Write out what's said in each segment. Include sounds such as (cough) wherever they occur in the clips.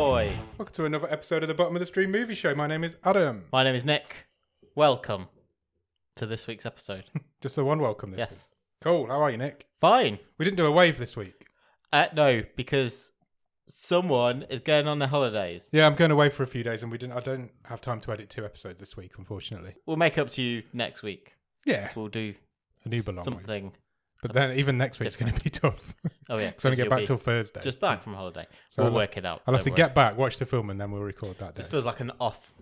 Welcome to another episode of the Bottom of the Stream Movie Show. My name is Adam. My name is Nick. Welcome to this week's episode. (laughs) Just the one welcome this week. yes. Cool. How are you, Nick? Fine. We didn't do a wave this week. Uh, no, because someone is going on their holidays. Yeah, I'm going away for a few days, and we didn't. I don't have time to edit two episodes this week, unfortunately. We'll make up to you next week. Yeah, We'll do a new belong. week. something. But then even next week's going to be tough. (laughs) Oh, yeah. Because I don't because get you'll back be till Thursday. Just back from holiday. So we'll I'll have- work it out. I'll have to don't worry. get back, watch the film, and then we'll record that day. (laughs) This feels like an off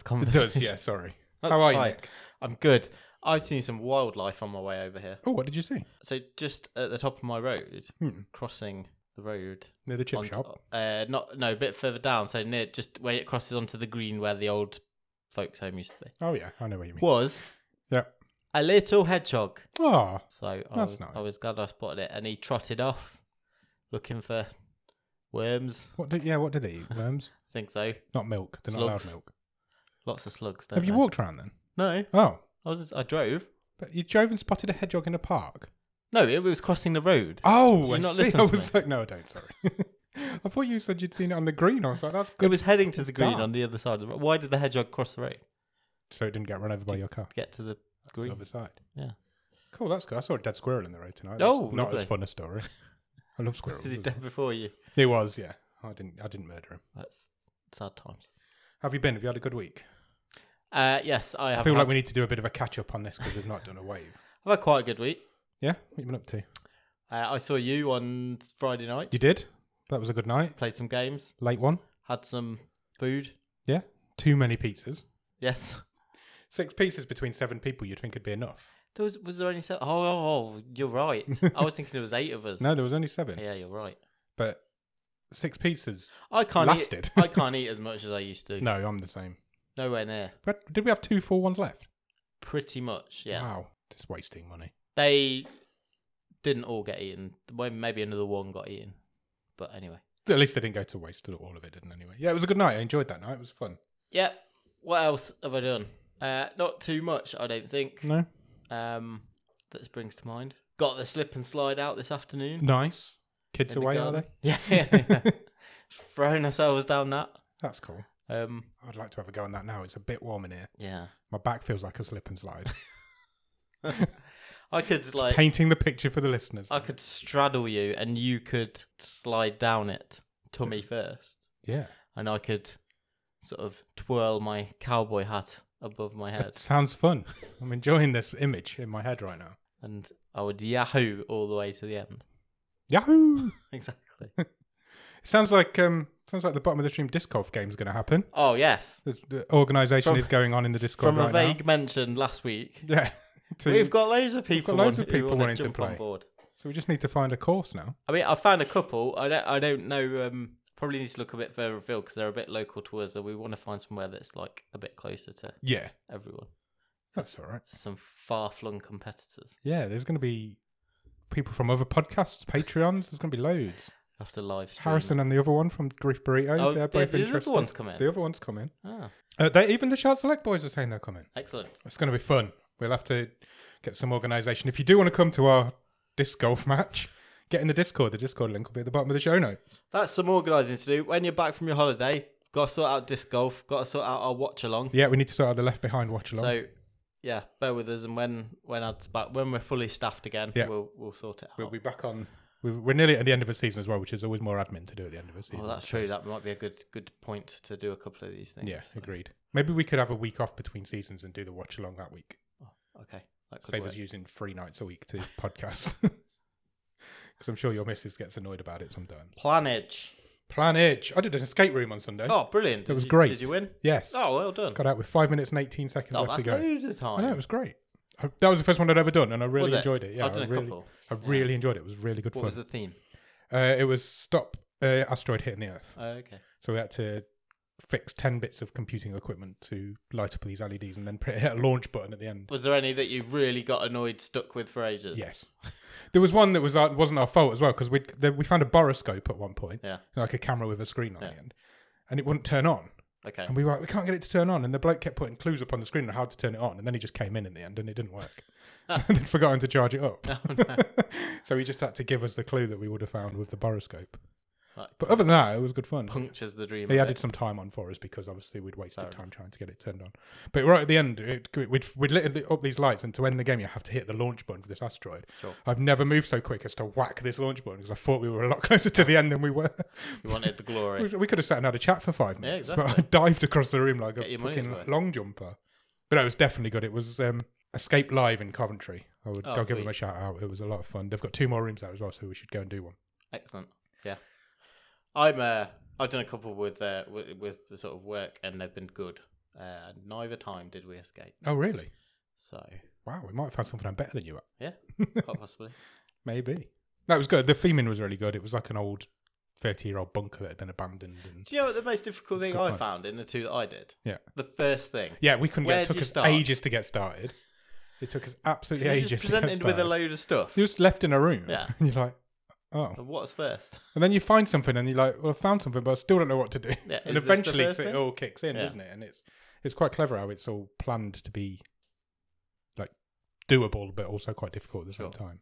(laughs) It conversation. does, yeah. Sorry. That's How are fine. you, Nick? I'm good. I've seen some wildlife on my way over here. Oh, what did you see So just at the top of my road, Hmm. crossing the road near the chip onto- shop? Uh, not no, a bit further down. So near, just where it crosses onto the green where the old folks' home used to be. Oh yeah, I know what you mean. Was Yeah. a little hedgehog. Oh, So I, That's was, nice. I was glad I spotted it, and he trotted off looking for worms. what? Did, yeah, what did they eat? Worms? I think so. Not milk. They're not allowed Slugs. milk. Lots of slugs. Don't Have you they? walked around then? No, Oh, I was. Just, I drove. but you drove and spotted a hedgehog in a park. No, it was crossing the road. Oh, Did you I not see. listen I to was like, no, I don't. Sorry. (laughs) I thought you said you'd seen it on the green. I was like, that's It good. was heading to It's the green dark. on the other side of the road. Why did the hedgehog cross the road? So it didn't get run over by your car. Get to the green. The other side. Yeah. Cool. That's good. I saw a dead squirrel in the road tonight. That's Oh, not as lovely. fun a story. I love (laughs) squirrels. Is he as dead before you? well. He was. Yeah. I didn't. I didn't murder him. That's sad times. Have you been? Have you had a good week? Uh, yes, I have. I feel had, like we need to do a bit of a catch up on this because we've not done a wave. I've had quite a good week. Yeah. What you been up to? Uh, I saw you on Friday night. You did. That was a good night. Played some games, Late one. had some food. Yeah. Too many pizzas. Yes. (laughs) Six pizzas between seven people. You'd think it'd be enough. There was was there any? Se- oh, oh, oh, you're right. I was thinking there was eight of (laughs) us. No, there was only seven. Yeah, you're right. But six pizzas. I can't Lasted. eat. I can't eat as much as I used to. No, I'm the same. Nowhere near. But did we have two full ones left? Pretty much. Yeah. Wow, just wasting money. They didn't all get eaten. Well, Maybe another one got eaten. But anyway. At least they didn't go to waste. All of it didn't anyway. Yeah, it was a good night. I enjoyed that night. It was fun. Yeah. What else have I done? Uh, not too much, I don't think. No, Um, that springs to mind. Got the slip and slide out this afternoon. nice. Kids in the away, are garden. they? Yeah, yeah, (laughs) yeah. throwing ourselves down that. That's cool. Um, I'd like to have a go on that now. It's a bit warm in here. yeah, My back feels like a slip and slide. (laughs) I could like Painting the picture for the listeners. I could straddle you, and you could slide down it, tummy first, Yeah, and I could sort of twirl my cowboy hat above my that (laughs) head, sounds fun. I'm enjoying this image in my head right now. and I would yahoo all the way to the end. (laughs) Yahoo! Exactly. It sounds like um, sounds like the bottom of the stream disc golf game's going to happen. oh yes, The, the organisation From- is going on in the Discord from right a now. vague mention last week, (laughs) Yeah. To- we've got loads of people. loads want- of who people wanna wanting to jump on play. board. so we just need to find a course now. I mean, I found a couple. I don't. I don't know. Um, probably need to look a bit further afield because they're a bit local to us. So we want to find somewhere that's like a bit closer to Yeah. everyone. That's all right. Some far flung competitors. Yeah, there's going to be people from other podcasts, Patreons. There's going to be loads. After live stream. Harrison and the other one from Grief Burrito. Oh, they're the- both the other interested. ones come in? The other ones coming. Ah, Uh, they, even the Shout Select boys are saying they're coming. excellent. It's going to be fun. We'll have to get some organisation. If you do want to come to our disc golf match, get in the Discord. The Discord link will be at the bottom of the show notes. That's some organising to do. When you're back from your holiday, got to sort out disc golf. Got to sort out our watch along. Yeah, we need to start out the Left Behind watch along. So, yeah, bear with us. And when when Ad's back, when we're fully staffed again, Yeah. we'll we'll sort it out. we'll be back on. we- We're nearly at the end of a season as well, which is always more admin to do at the end of a season. well, that's true. That might be a good good point to do a couple of these things. Yeah, agreed. Maybe we could have a week off between seasons and do the watch along that week. Okay. That could Save work. us using three nights a week to (laughs) podcast. Because I'm sure your missus gets annoyed about it sometimes. Planage. Plan Edge. I did an escape room on Sunday. Oh, brilliant! That Did was you- great. Did you win? Yes. Oh, well done. Got out with five minutes and 18 seconds oh, left to that's go. loads of I time. know, it was great. I, that was the first one I'd ever done and I really Was it? enjoyed it. Yeah, I've done I a really, couple. I really enjoyed it. It was really good What fun. was the theme? uh, it was stop uh, asteroid hitting the Earth. Oh, okay. So we had to fix 10 bits of computing equipment to light up these LEDs and then pr- hit a launch button at the end. Was there any that you really got annoyed, stuck with for ages? Yes. There was one that was our, wasn't our fault as well because we we found a boroscope at one point, Yeah. like a camera with a screen on Yeah. the end, and it wouldn't turn on. Okay. And we were like, we can't get it to turn on. And the bloke kept putting clues up on the screen on how to turn it on, and then he just came in in the end, and it didn't (laughs) work. (laughs) and they'd forgotten (laughs) Oh, to charge it up, so he just had to give us the clue that we would have found with the boroscope. Like, But other than that, it was good fun. punctures the dream. They of it. added some time on for us because obviously we'd wasted Fair time trying to get it turned on. But right at the end, it, we'd, we'd lit it up these lights, and to end the game, you have to hit the launch button for this asteroid. Sure. I've never moved so quick as to whack this launch button because I thought we were a lot (laughs) closer to the end than we were. You wanted the We, (laughs) glory. we could have sat and had a chat for five Yeah, minutes, but I exactly. dived across the room like Get a your money's fucking worth. long jumper. But no, it was definitely good. It was um, Escape Live in Coventry. I would, Oh, I'll give sweet. them a shout out. It was a lot of fun. They've got two more rooms out as well, so we should go and do one. Excellent. Yeah. I'm. Uh, I've done a couple with uh, with, with the sort of work, and they've been good. Uh, neither time did we escape. Oh, really? So Wow, we might have found something I'm better than you at. (laughs) quite possibly. Maybe. That was good. The theming was really good. It was like an old 30 year old bunker that had been abandoned. And... Do you know what the most difficult thing Good I point. found in the two that I did? Yeah. The (laughs) first thing. Yeah, we couldn't Where'd get it. you took us start? ages to get started. It took us absolutely You're ages (laughs) to just get presented with started. a load of stuff. You're just left in a room. Yeah. And (laughs) you're like, oh. And What's first? And then you find something and you're like, well, I found something, but I still don't know what to do. Yeah, and is this the eventually it first thing? all kicks in, Yeah. isn't it? And it's it's quite clever how it's all planned to be like doable, but also quite difficult at the same Sure. time.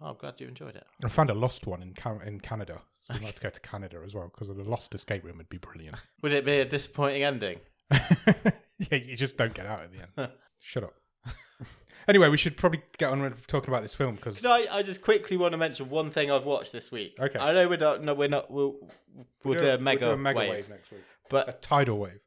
Oh, I'm glad you enjoyed it. I found a lost one in Can- in Canada. So we'd like to go to Canada as well because the lost escape room would be (laughs) brilliant. Would it be a disappointing ending? yeah, you just don't get out at the end. Shut up. (laughs) anyway, we should probably get on with talking about this film because Can I, I just quickly want to mention one thing I've watched this week. Okay. I know we're not. No, we're not. We'll, we'll, do, a mega, wave, next week. A But tidal wave.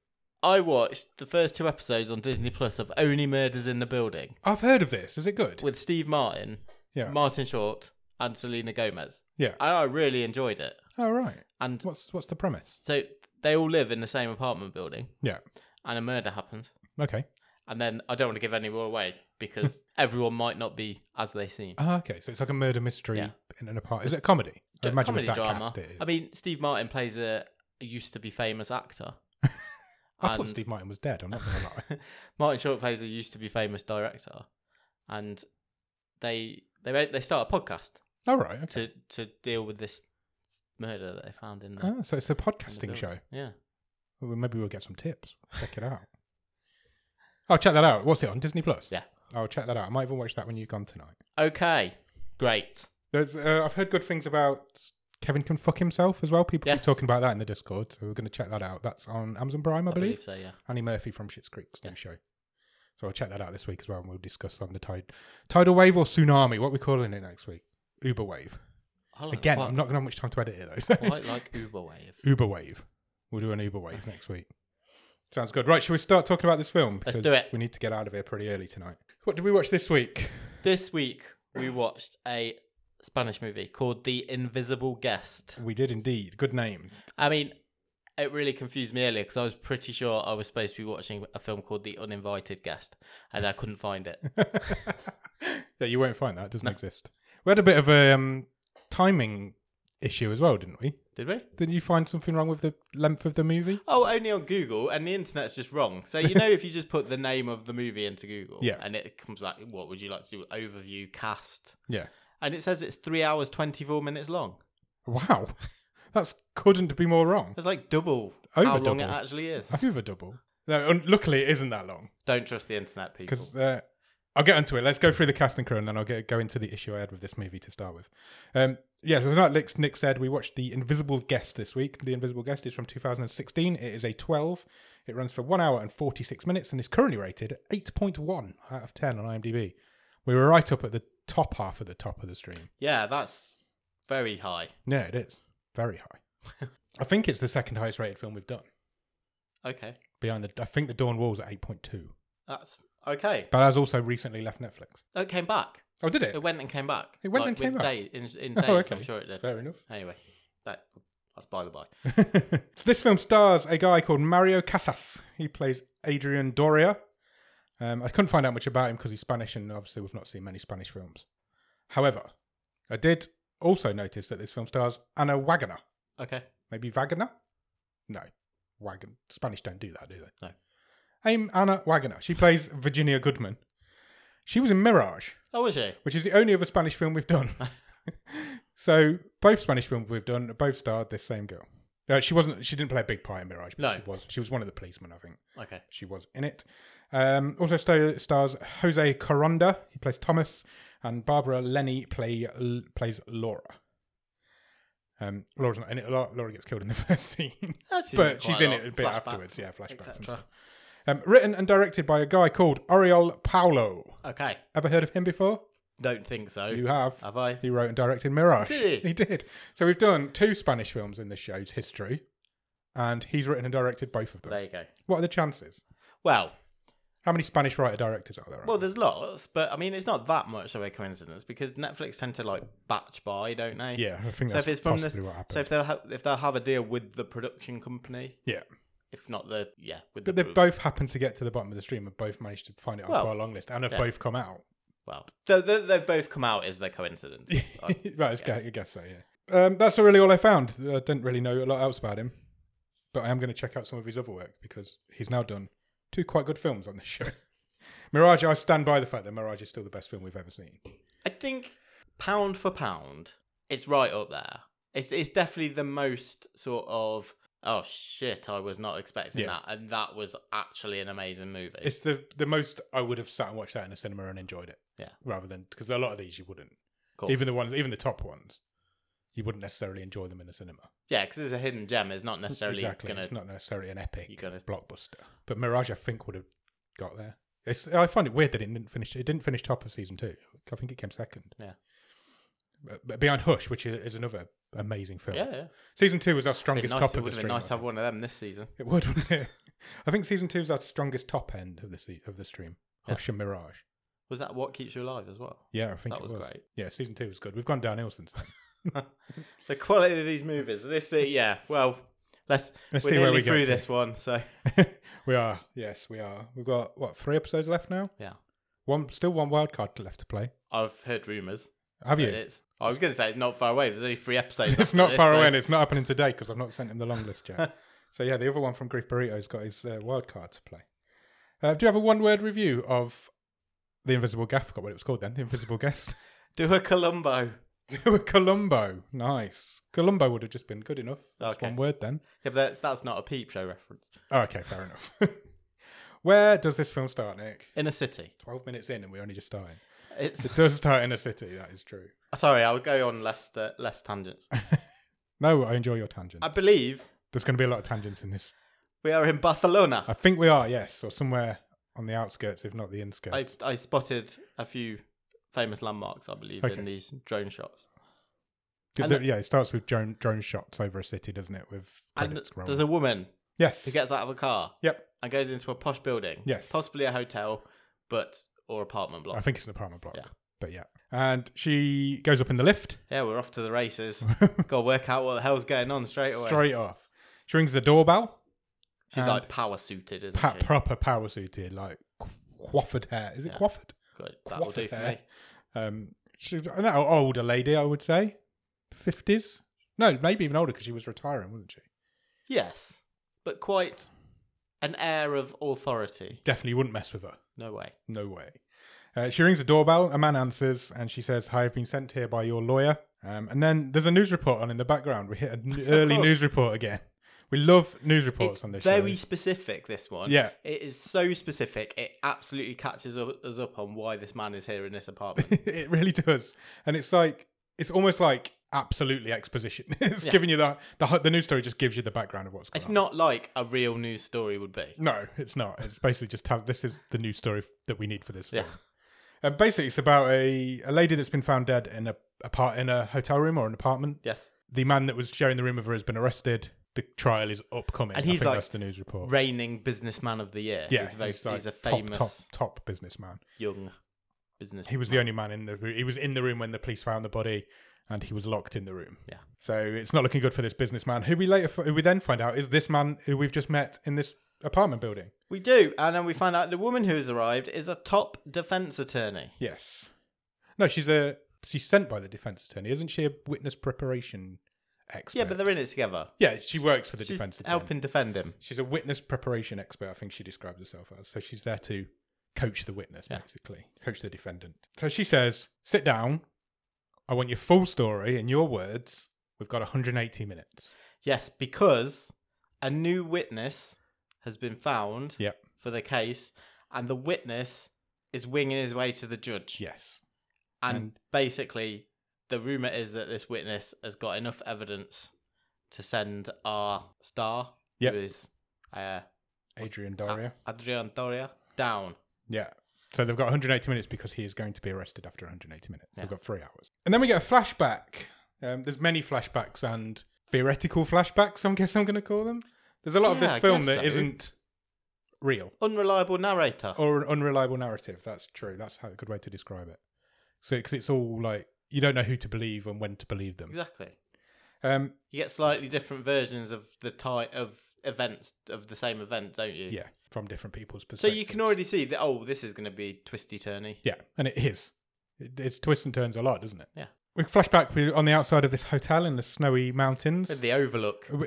I watched the first two episodes on Disney Plus of Only Murders in the Building I've heard of this. Is it good? with Steve Martin, yeah. Martin Short, and Selena Gomez. yeah. And I really enjoyed it. All right. And What's what's the premise? so they all live in the same apartment building, Yeah. and a murder happens. Okay. And then I don't want to give any more away because (laughs) everyone might not be as they seem. Ah, okay. So it's like a murder mystery Yeah. in an apartment. Is it a comedy? I imagine comedy with that drama. cast it is. I mean, Steve Martin plays a used to be famous actor. I thought and- Steve Martin was dead. I'm not going to lie. (laughs) Martin Short plays a used to be famous director, and they they ma- they start a podcast All right. Okay. to to deal with this murder that they found in the, in Ah, so it's a the podcasting building. show. Yeah, Well, maybe we'll get some tips. Check it out. (laughs) I'll check that out. What's it on Disney Plus? Yeah. I'll check that out. I might even watch that when you've gone tonight. okay, great. There's, uh, I've heard good things about Kevin can fuck himself as well. People Yes. keep talking about that in the Discord, so we're going to check that out. That's on Amazon Prime, I, I believe. believe so. Yeah, Annie Murphy from Shit's Creek's new Yeah. show. So I'll check that out this week as well, and we'll discuss on the tide, tidal wave or tsunami. What are we calling it next week? Uber wave. I like, Again, quite, I'm not going to have much time to edit it though. so- (laughs) quite like Uber Wave. Uber wave. We'll do an Uber wave next week. Sounds good. Right, shall we start talking about this film? Let's Because do it. We need to get out of here pretty early tonight. What did we watch this week? This week we watched a Spanish movie called The Invisible Guest. We did indeed. Good name. (laughs) I mean, it really confused me earlier because I was pretty sure I was supposed to be watching a film called The Uninvited Guest, and I couldn't find (laughs) it. yeah, you won't find that. It doesn't exist. We had a bit of a um, timing issue as well, didn't we? Did we? Didn't you find something wrong with the length of the movie? Oh, only on Google, and the internet's just wrong. So you know, if you just put the name of the movie into Google, Yeah. and it comes back, what would you like to do? Overview cast, Yeah. and it says it's three hours twenty four minutes long. Wow. (laughs) That's couldn't be more wrong. It's like double Over how long double. it actually is. (laughs) Over double. No, un- luckily it isn't that long Don't trust the internet, people. because uh, I'll get onto it. Let's go through the cast and crew, and then I'll get go into the issue I had with this movie to start with. Um, yeah, so like Nick- Nick said, we watched The Invisible Guest this week. The Invisible Guest is from 2016. It is a 12. It runs for one hour and 46 minutes and is currently rated 8.1 out of 10 on IMDb. We were right up at the top half of the top of the stream. Yeah, that's very high. Yeah, it is very high. I think it's the second highest rated film we've done. Okay, Behind the, I think the Dawn Wall's at 8.2, that's okay. but has also recently left Netflix. It came back. Oh, did it? It went and came back. It went and with came back? Day, in, in Oh, days. okay. I'm sure it did. Fair enough. Anyway, that that's by the by. (laughs) so this film stars a guy called Mario Casas. He plays Adrian Doria. Um, I couldn't find out much about him because he's Spanish, and obviously we've not seen many Spanish films. However, I did also notice that this film stars Anna Wagner. Okay, Maybe Wagner? No, Wagon. Spanish don't do that, do they? No. Aim Anna Wagner. She plays Virginia Goodman. She was in Mirage oh was she? which is the only other Spanish film we've done. so both Spanish films we've done both starred this same girl. Uh, she wasn't. She didn't play a big part in Mirage. But No. she was. She was one of the policemen. I think Okay, she was in it. Um, also sta- stars Jose Coronda. He plays Thomas, and Barbara Lenny play l- plays Laura. Um, Laura's not in it a lot. Laura gets killed in the (laughs) first scene, Oh, she's in but it she's quite in lot. it a bit Flashbacks, afterwards. Yeah, flashbacks. And etc. stuff. Um, written and directed by a guy called Oriol Paulo. Okay. Ever heard of him before? Don't think so. You have. Have I? He wrote and directed Mirage. Did he? He did. So we've done two Spanish films in this show's history, and he's written and directed both of them. There you go. What are the chances? Well, How many Spanish writer directors are there? well, there's lots, but I mean, it's not that much of a coincidence because Netflix tend to like batch buy, don't they? yeah, I think So that's if it's from this, possibly what happened. so if they'll ha- if they'll have a deal with the production company, yeah, if not the yeah with the but they've pro- both happened to get to the bottom of the stream and both managed to find it onto Well, our long list and have yeah. both come out. (laughs) well, though they, they've both come out as their coincidence. I- right, I guess. I guess so. Yeah. Um, that's really all I found. I didn't really know a lot else about him, but I am going to check out some of his other work because he's now done two quite good films on this show. (laughs) Mirage, I stand by the fact that Mirage is still the best film we've ever seen. I think pound for pound, it's right up there. It's it's definitely the most sort of oh shit, I was not expecting Yeah. that, and that was actually an amazing movie. It's the the most I would have sat and watched that in a cinema and enjoyed it. Yeah. Rather than because a lot of these you wouldn't, Of course. even the ones, even the top ones, you wouldn't necessarily enjoy them in the cinema. yeah, because it's a hidden gem. It's not necessarily exactly. gonna It's not necessarily an epic. (laughs) you're gonna blockbuster. But Mirage, I think, would have got there. It's, I find it weird that it didn't finish. It didn't finish top of season two. I think it came second. Yeah. But, but behind Hush, which is, is another amazing film. yeah. yeah. Season two was our It'd be strongest nice, top of it the would have stream. been nice to I have one of them this season. think. It would. (laughs) wouldn't it? I think season two is our strongest top end of the se- of the stream. Yeah. Hush and Mirage. Was that what keeps you alive as well? Yeah, I think it That was was. great. Yeah, season two was good. We've gone downhill since then. (laughs) The quality of these movies. This, uh, yeah. Well, let's Let's we're see where nearly we get through to. this one. So we are. Yes, we are. We've got what three episodes left now. yeah, One still one wild card left to play. I've heard rumors. Have (laughs) you? It's. I was going to say it's not far away. There's only three episodes. it's after not this, far so- away and it's not happening today because I've not sent him the long list yet. (laughs) so yeah, the other one from Grief Burrito's got his uh, wild card to play. Uh, do you have a one-word review of the Invisible Guest? I forgot what it was called then. The Invisible (laughs) Guest. (laughs) Do a Columbo. Columbo. Nice. Columbo would have just been good enough. That's Okay. one word then. Yeah, but that's, that's not a peep show reference. Oh, okay, fair enough. (laughs) Where does this film start, Nick? In a city. Twelve minutes in, and we're only just starting. It's It does start in a city. That is true. sorry, I'll go on less uh, less tangents. No, I enjoy your tangent. I believe There's going to be a lot of tangents in this. we are in Barcelona. I think we are, yes, or somewhere on the outskirts, if not the inskirts. I I spotted a few famous landmarks. I believe Okay. in these drone shots. Did And the- the- yeah, it starts with drone drone shots over a city, doesn't it? With And credits rolling. there's a woman yes. who gets out of a car Yep. and goes into a posh building. Yes. possibly a hotel, but or apartment I block. think it's an apartment block. Yeah. But yeah, and she goes up in the lift Yeah, we're off to the (laughs) races. Got to work out what the hell's going on straight away. straight off. She rings the doorbell. She's and- like power suited, isn't Pa- she? proper power suited, like qu- quafford hair. Is it Yeah. quafford? Good, that'll do coiffed for hair. me. Um, she's an older lady, I would say, fifties. No, maybe even older because she was retiring, wasn't she? Yes, but quite an air of authority. Definitely wouldn't mess with her. No way. No way. Uh, she rings the doorbell. A man answers, and she says, "Hi, I've been sent here by your lawyer." Um, and then there's a news report on in the background. We hit (laughs) an early course. news report again. We love news reports It's on this show. (laughs) very specific. This one. Yeah. it is so specific. It absolutely catches u- us up on why this man is here in (laughs) this apartment. it really does, and it's like it's almost like absolutely exposition. (laughs) it's Yeah. giving you the, the hu- the news story just gives you the background of what's going it's on. not like a real news story would be. No, it's not. It's basically just tell, this is the news story that we need for this. Yeah. Film. And basically, it's about a, a lady that's been found dead in a, a part in a hotel room or an apartment. Yes, the man that was sharing the room with her has been arrested. The trial is upcoming. And I he's think like- that's the news report. reigning businessman of the year. yeah, he's, very, he's, like a top, famous top, top businessman. young business. He was the only man in the room. He was in the room when the police found the body, and he was locked in the room. Yeah. So it's not looking good for this businessman, who we later, who we then find out is this man who we've just met in this apartment building. We do, and then we find out the woman who has arrived is a top defense attorney. Yes. No, she's a she's sent by the defense attorney, isn't she? A witness preparation expert. Yeah, but they're in it together. yeah, she works for the She's defense attorney. helping defend him. She's a witness preparation expert, I think she described herself as. So she's there to coach the witness, Yeah. basically, coach the defendant. So she says, Sit down. I want your full story in your words. We've got 180 minutes. Yes, because a new witness has been found Yep. for the case, and the witness is winging his way to the judge. Yes. and and- basically the rumor is that this witness has got enough evidence to send our star, Yep. who is uh, Adrian Doria. Adrian Doria, down. Yeah. So they've got 180 minutes because he is going to be arrested after 180 minutes. They've Yeah. got three hours. And then we get a flashback. Um, there's many flashbacks and theoretical flashbacks, I guess I'm going to call them. There's a lot of Yeah, this I film guess that so. not real Unreliable narrator. or an unreliable narrative. That's true. That's how, a good way to describe it. So, because it's all like, you don't know who to believe and when to believe them. Exactly. Um, You get slightly different versions of the type of events of the same event, don't you? yeah, from different people's So perspectives. you can already see that. Oh, this is going to be twisty turny. Yeah, and it is. It, it's twists and turns a lot, doesn't it? Yeah. We flash back we're on the outside of this hotel in the snowy mountains. The Overlook, the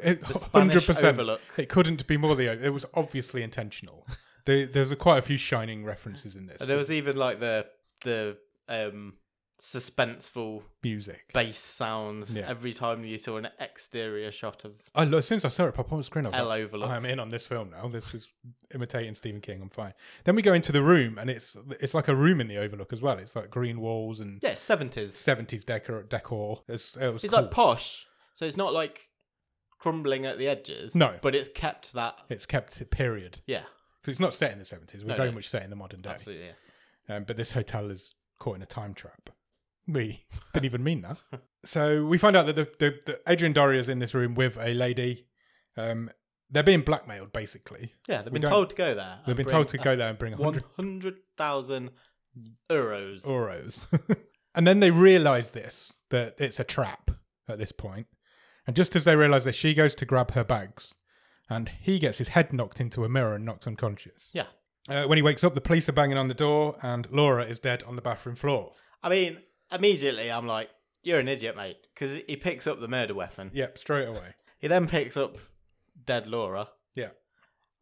Hundred Spanish percent. Overlook. It couldn't be more the. It was obviously (laughs) intentional. There, there's a, quite a few shining references in this. And there was even like the the um suspenseful music. bass sounds Yeah. every time you saw an exterior shot of I lo- as soon as I saw it pop Uh-huh. on the screen, I was L like, Overlook. "I'm in on this film now. This is imitating Stephen King. I'm fine." Then we go into the room, and it's it's like a room in the Overlook as well. It's like green walls and yeah, seventies. 70s decor. decor. It's, it was It's cool. like posh, so it's not like crumbling at the edges. No. but it's kept that. it's kept period. Yeah, 'Cause it's not set in the 70s. We're No, very no. much set in the modern day. absolutely. Yeah. Um, but this hotel is caught in a time trap. We (laughs) didn't even mean that. So we find out that the, the, the Adrian Doria is in this room with a lady. Um, they're being blackmailed, basically. Yeah, they've We been don't- told to go there. They've been told to go there and bring 100 (laughs) One hundred thousand euros. euros. (laughs) and then they realize this, that it's a trap at this point. And just as they realize that, she goes to grab her bags and he gets his head knocked into a mirror and knocked unconscious. Yeah, Uh, when he wakes up, the police are banging on the door and Laura is dead on the bathroom floor. I mean, immediately I'm like, "You're an idiot, mate," because he picks up the murder weapon. Yep, straight away. He then picks up dead Laura. Yeah.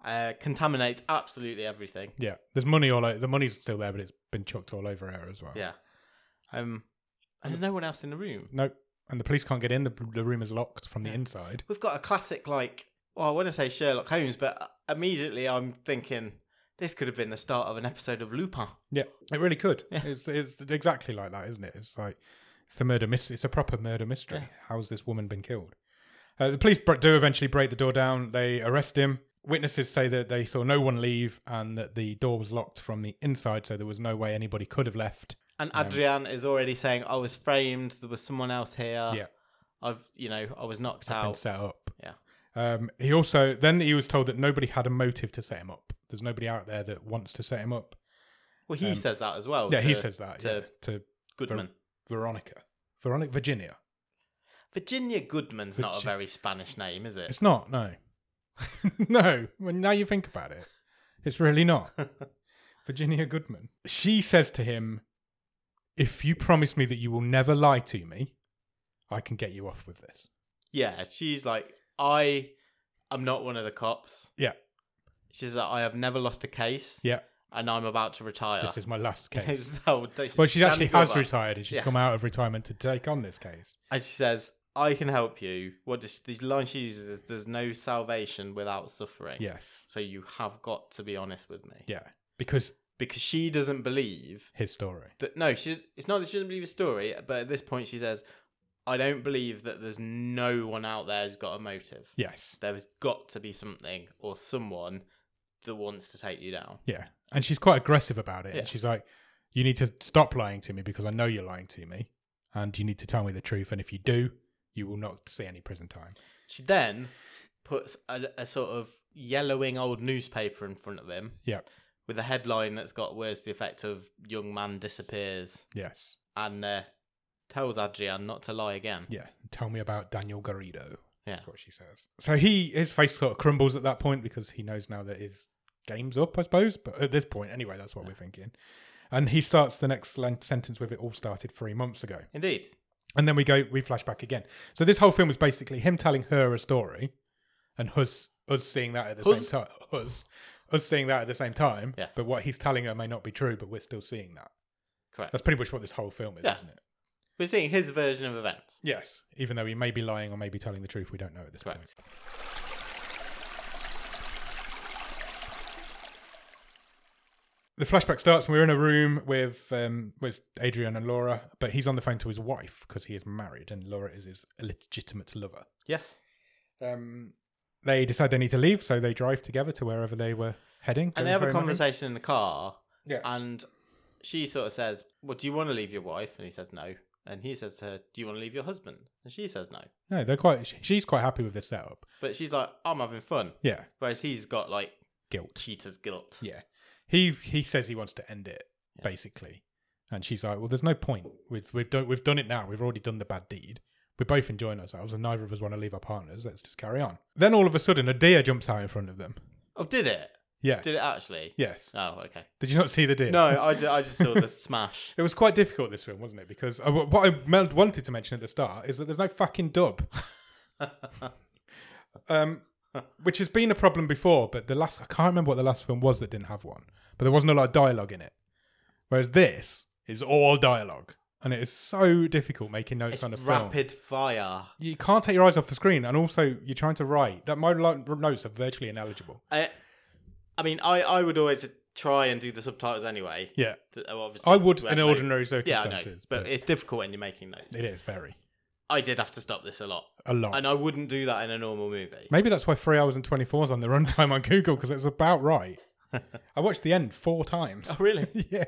Uh, contaminates absolutely everything. Yeah, there's money all over. The money's still there, but it's been chucked all over her as well. Yeah. Um, and there's no one else in the room. Nope. And the police can't get in. The, the room is locked from the inside. We've got a classic, like, well, I want to say Sherlock Holmes, but immediately I'm thinking this could have been the start of an episode of Lupin. Yeah, it really could. Yeah. It's it's exactly like that, isn't it? It's like it's a murder mystery. It's a proper murder mystery. How's this woman been killed? Uh, the police br- do eventually break the door down. They arrest him. Witnesses say that they saw no one leave and that the door was locked from the inside, so there was no way anybody could have left. And Adrian is already saying, I was framed, there was someone else here. Yeah. I've, you know, I was knocked been out. set up. Yeah. Um, he also then he was told that nobody had a motive to set him up. There's nobody out there that wants to set him up. Well, he um, says that as well. yeah, he to says that to- yeah, to Goodman. Veronica, Veronica Virginia. Virginia Goodman's not a Virgi- very Spanish name, is it? It's not no, (laughs) no. When now you think about it, it's really (laughs) not Virginia Goodman. She says to him, "If you promise me that you will never lie to me, I can get you off with this." Yeah, she's like, I am not one of the cops. Yeah. She's like, I have never lost a case. Yeah. And I'm about to retire. (laughs) This is my last case. Uh, It's so audacious. well, she actually Danny has Glover. retired and she's Yeah. come out of retirement to take on this case. And she says, I can help you. What does the line she uses is there's no salvation without suffering. Yes. So you have got to be honest with me. Yeah, because Because she doesn't believe his story. that no, she's it's not that she doesn't believe his story, but at this point she says, I don't believe that there's no one out there who's got a motive. Yes. There has got to be something or someone that wants to take you down. Yeah. And she's quite aggressive about it. Yeah. And she's like, you need to stop lying to me because I know you're lying to me. And you need to tell me the truth. And if you do, you will not see any prison time. She then puts a, a sort of yellowing old newspaper in front of him Yeah. with a headline that's got words to the effect of "Young man disappears" Yes. and uh, tells Adrian not to lie again. Yeah. Tell me about Daniel Garrido. Yeah. That's what she says. So he, his face sort of crumbles at that point because he knows now that his game's up, I suppose. But at this point, anyway, that's what we're thinking. And he starts the next len- sentence with it all started three months ago. Indeed, And then we go, we flash back again. So this whole film was basically him telling her a story, and us us seeing that at the Us? same time. Us, us seeing that at the same time. Yes. But what he's telling her may not be true, but we're still seeing that. correct. That's pretty much what this whole film is, Yeah. isn't it? We're seeing his version of events. Yes. Even though he may be lying or may be telling the truth, we don't know at this Correct. point. the flashback starts and we're in a room with um, with Adrian and Laura, but he's on the phone to his wife because he is married and Laura is his illegitimate lover. Yes. Um, they decide they need to leave, so they drive together to wherever they were heading. And they have a Very merry. conversation in the car, Yeah. and she sort of says, Well, do you want to leave your wife? And he says, No. And he says to her, Do you want to leave your husband? And she says, No. No, they're quite. sh- She's quite happy with this setup. But she's like, I'm having fun. Yeah, Whereas he's got like guilt. cheater's guilt. Yeah, he he says he wants to end it Yeah. basically, and she's like, "Well, there's no point. We've we've done we've done it now. We've already done the bad deed. We're both enjoying ourselves, and neither of us want to leave our partners. Let's just carry on." Then all of a sudden, a deer jumps out in front of them. Oh, did it? Yeah. Did it actually? yes. Oh, okay. Did you not see the deer? No, I ju- I just (laughs) saw the smash. It was quite difficult this film, wasn't it? Because I, what I mel- wanted to mention at the start is that there's no fucking (laughs) dub, um, which has been a problem before. But the last I can't remember what the last film was that didn't have one, but there wasn't a lot of dialogue in it. Whereas this is all dialogue, and it is so difficult making notes it's on a film. rapid fire. You can't take your eyes off the screen, and also you're trying to write. That my li- notes are virtually ineligible. I, I mean, I, I would always try and do the subtitles anyway. Yeah, Th- oh, Obviously, I would where in they- ordinary Yeah, I circumstances, know, but it's difficult when you're making notes. it is very I did have to stop this a lot, a lot. and I wouldn't do that in a normal (laughs) movie. Maybe that's why three hours and twenty four is on the runtime on Google because it's about right. I watched the end four times. really? (laughs) yeah,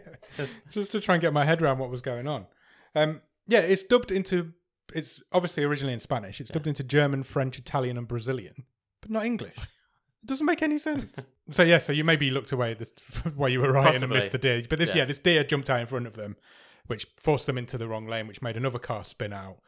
just to try and get my head around what was going on. Um, yeah, it's dubbed into. It's obviously originally in Spanish. It's dubbed into German, French, Italian, and Brazilian, but not English. (laughs) It doesn't make any sense. (laughs) so yeah, so you maybe looked away this, (laughs) while you were writing and Possibly. missed the deer. But this, Yeah. yeah, this deer jumped out in front of them, which forced them into the wrong lane, which made another car spin out,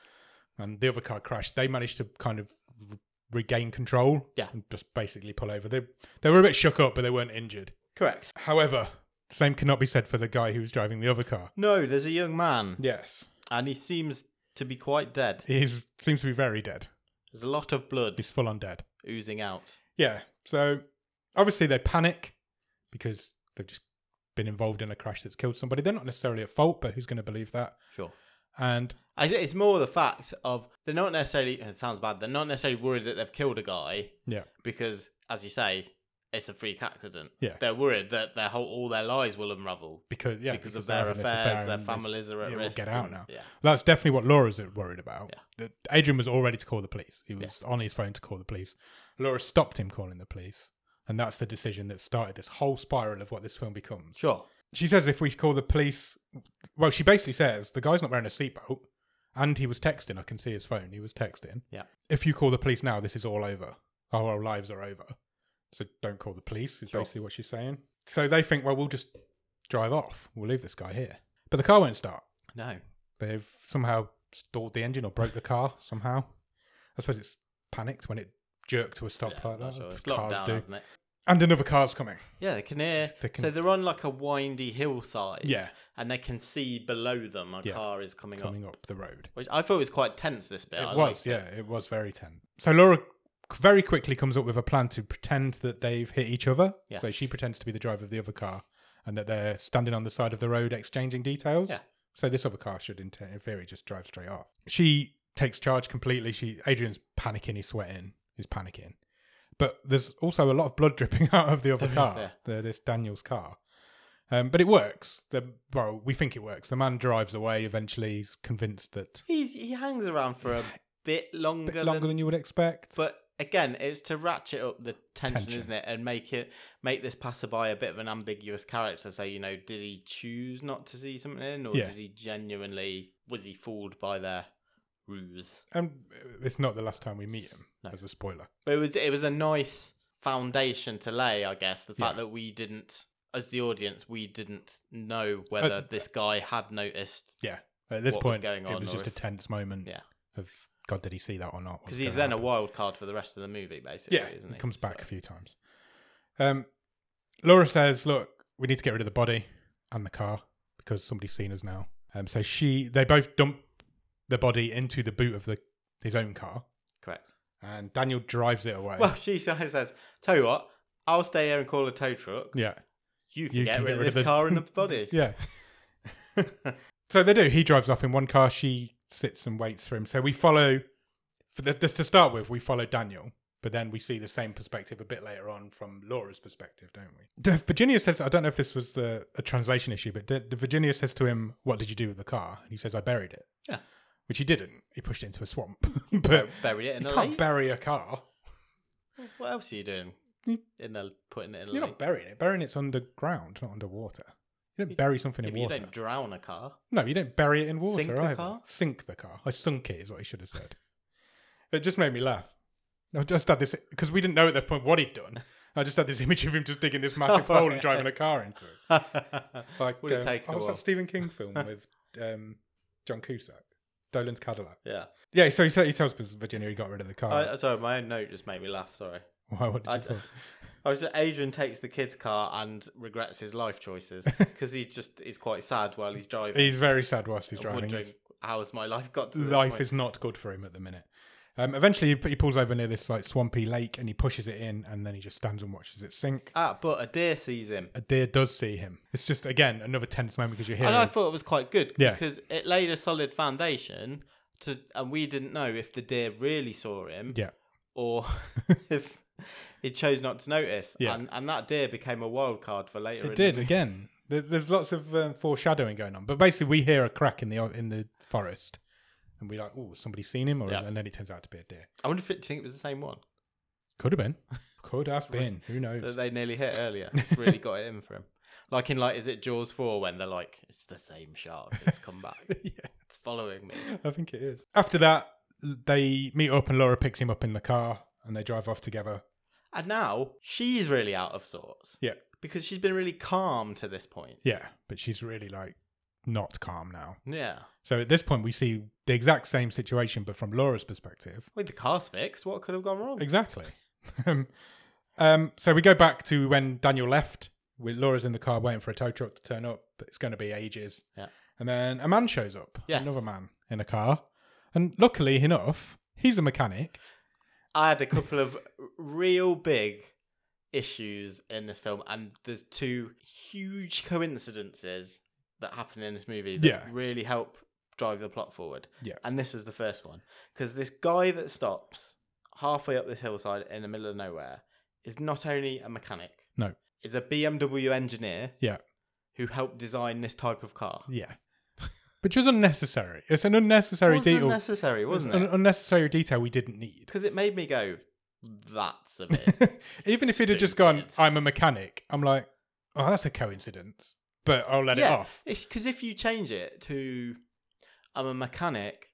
and the other car crashed. They managed to kind of re- regain control. Yeah. and just basically pull over. They they were a bit shook up, but they weren't injured. Correct. However, same cannot be said for the guy who was driving the other car. No, there's a young man, Yes. and he seems to be quite dead. He is, seems to be very dead. There's a lot of blood He's full on dead. oozing out. Yeah. So obviously they panic because they've just been involved in a crash that's killed somebody. They're not necessarily at fault, but who's going to believe that? Sure. And I think it's more the fact of they're not necessarily. It sounds bad. They're not necessarily worried that they've killed a guy yeah, because, as you say, it's a freak accident. Yeah. They're worried that their whole all their lives will unravel because yeah, because, of they're their having this affairs, affair their and it's- families are at it will risk. get out and- now. Yeah. That's definitely what Laura's worried about. Yeah. That Adrian was all ready to call the police. He was Yes. on his phone to call the police. Laura stopped him calling the police, and that's the decision that started this whole spiral of what this film becomes. Sure. she says if we call the police, well, she basically says the guy's not wearing a seatbelt, and he was texting. I can see his phone. He was texting. Yeah. If you call the police now, this is all over. Our lives are over. So don't call the police. Is Sure. basically what she's saying. So they think, well, we'll just drive off. We'll leave this guy here. But the car won't start. No. They've somehow stalled the engine or broke the car (laughs) somehow. I suppose it's panicked when it jerked to a stop Yeah, like I'm not that. sure. It's Cars locked down, do. hasn't it? And another car's coming. Yeah, they can hear. They can- So they're on like a windy hillside. Yeah. And they can see below them a Yeah. car is coming, up. Coming up the road. Which I thought was quite tense this bit. It I was, liked yeah, it was very tense. So Laura c- very quickly comes up with a plan to pretend that they've hit each other. Yeah. So she pretends to be the driver of the other car and that they're standing on the side of the road exchanging details. Yeah. So this other car should, in, te- in theory, just drive straight off. She takes charge completely. She Adrian's panicking, he's sweating, he's panicking. But there's also a lot of blood (laughs) dripping out of the other There is, car, yeah. the, this Daniel's car. Um, but it works. The, well, we think it works. The man drives away. Eventually, he's convinced that He, he hangs around (sighs) for a bit longer, bit longer than. than you would expect. But again, it's to ratchet up the tension, Tension. isn't it? And make it make this passerby a bit of an ambiguous character. So, you know, did he choose not to see something or Yeah. did he genuinely was he fooled by their ruse? And it's not the last time we meet him. No. As a spoiler, But it was it was a nice foundation to lay, I guess. The fact that we didn't, as the audience, we didn't Uh, know whether this guy had noticed yeah. At this What was point, going it on was or just if- a tense moment. Yeah. Of God, did he see that or not? What's because he's going then a on? wild card for the rest of the movie, basically. Yeah, isn't he? he comes back So- a few times. Um, Laura says, "Look, we need to get rid of the body and the car because somebody's seen us now." Um, so she, they both dump the body into the boot of the his own car, correct. and Daniel drives it away. Well, (laughs) she sort of says, "Tell you what, I'll stay here and call a tow truck. yeah. You can You get can rid get of this rid of the- car (laughs) and the body." Yeah. so they do. He drives off in one car. She sits and waits for him. So we follow. For the, just to start with, we follow Daniel But then we see the same perspective a bit later on from Laura's perspective, don't we? The Virginia says, I don't know if this was a, a translation issue, but the, the Virginia says to him, What did you do with the car? And he says, I buried it. Yeah. Which he didn't. He pushed it into a swamp. (laughs) but Buried it in you a can't lake. bury a car. what else are you doing? You- In the putting it in a You're lake. not burying it. Burying it's underground, not underwater. You don't bury something Yeah, in but you water. don't drown a car. No, you don't bury it in water Sink the either. car? Sink the car. I sunk it is what he should have said. (laughs) it just made me laugh. I just had this because we didn't know at that point what he'd done. I just had this (laughs) image of him just digging this massive (laughs) Oh, hole and yeah. driving a car into it. (laughs) Like, Would've um, taken oh, a what's while. that Stephen (laughs) King film with um, John Cusack? Dolan's Cadillac. yeah. Yeah, so he, sa- he tells Virginia he got rid of the car. I, sorry, my own note just made me laugh. Sorry. (laughs) Why? What did I you d- call it? (laughs) I was just, Adrian takes the kid's car and regrets his (laughs) life choices because he just is quite sad while he's driving. He's very sad whilst he's driving. wondering He's- how has my life got to this life point? is not good for him at the minute. Um, eventually, he, he pulls over near this like swampy lake and he pushes it in, and then he just stands and watches it sink. Ah, but a deer sees him. A deer does see him. It's just again another tense moment because you're hearing. And I thought it was quite good Yeah. because it laid a solid foundation to, and we didn't know if the deer really saw him yeah, (laughs) or if it chose not to notice. Yeah. And, and that deer became a wild card for later. it in did The, again. There, there's lots of uh, foreshadowing going on, but basically we hear a crack in the in the forest, and we're like, "Oh, somebody seen him," or Yeah. and then it turns out to be a deer. I wonder if it, do you think it was the same one Could have (laughs) been. Could have been. Who that knows? they nearly hit earlier. It's really got it in for him. Like in like, is it Jaws four when they're like, it's the same shark. It's come (laughs) back. (laughs) yeah. It's following me. I think it is. After that, they meet up and Laura picks him up in the car and they drive off together. And now she's really out of sorts Yeah. because she's been really calm to this point. Yeah, but she's really like not calm now. Yeah. So at this point, we see the exact same situation, but from Laura's perspective. Wait, the car's fixed. What could have gone wrong? Exactly. (laughs) um, um, so we go back to when Daniel left. With Laura's in the car waiting for a tow truck to turn up, but it's going to be ages. Yeah. And then a man shows up. Yes. Another man in a car, and luckily enough, he's a mechanic. I had a couple of real big issues in this film, and there's two huge coincidences that happen in this movie that Yeah. really help drive the plot forward. Yeah. And this is the first one because this guy that stops halfway up this hillside in the middle of nowhere is not only a mechanic, No. is a BMW engineer. Yeah. Who helped design this type of car? Yeah. (laughs) Which was unnecessary. It's an unnecessary It was detail. unnecessary, It's wasn't an it? unnecessary detail we didn't need. (laughs) Because it made me go, "That's a bit." Even if he'd have just gone, Stupid. I'm a mechanic, I'm like, oh, that's a coincidence, but I'll let it off. Because if you change it to, I'm a mechanic,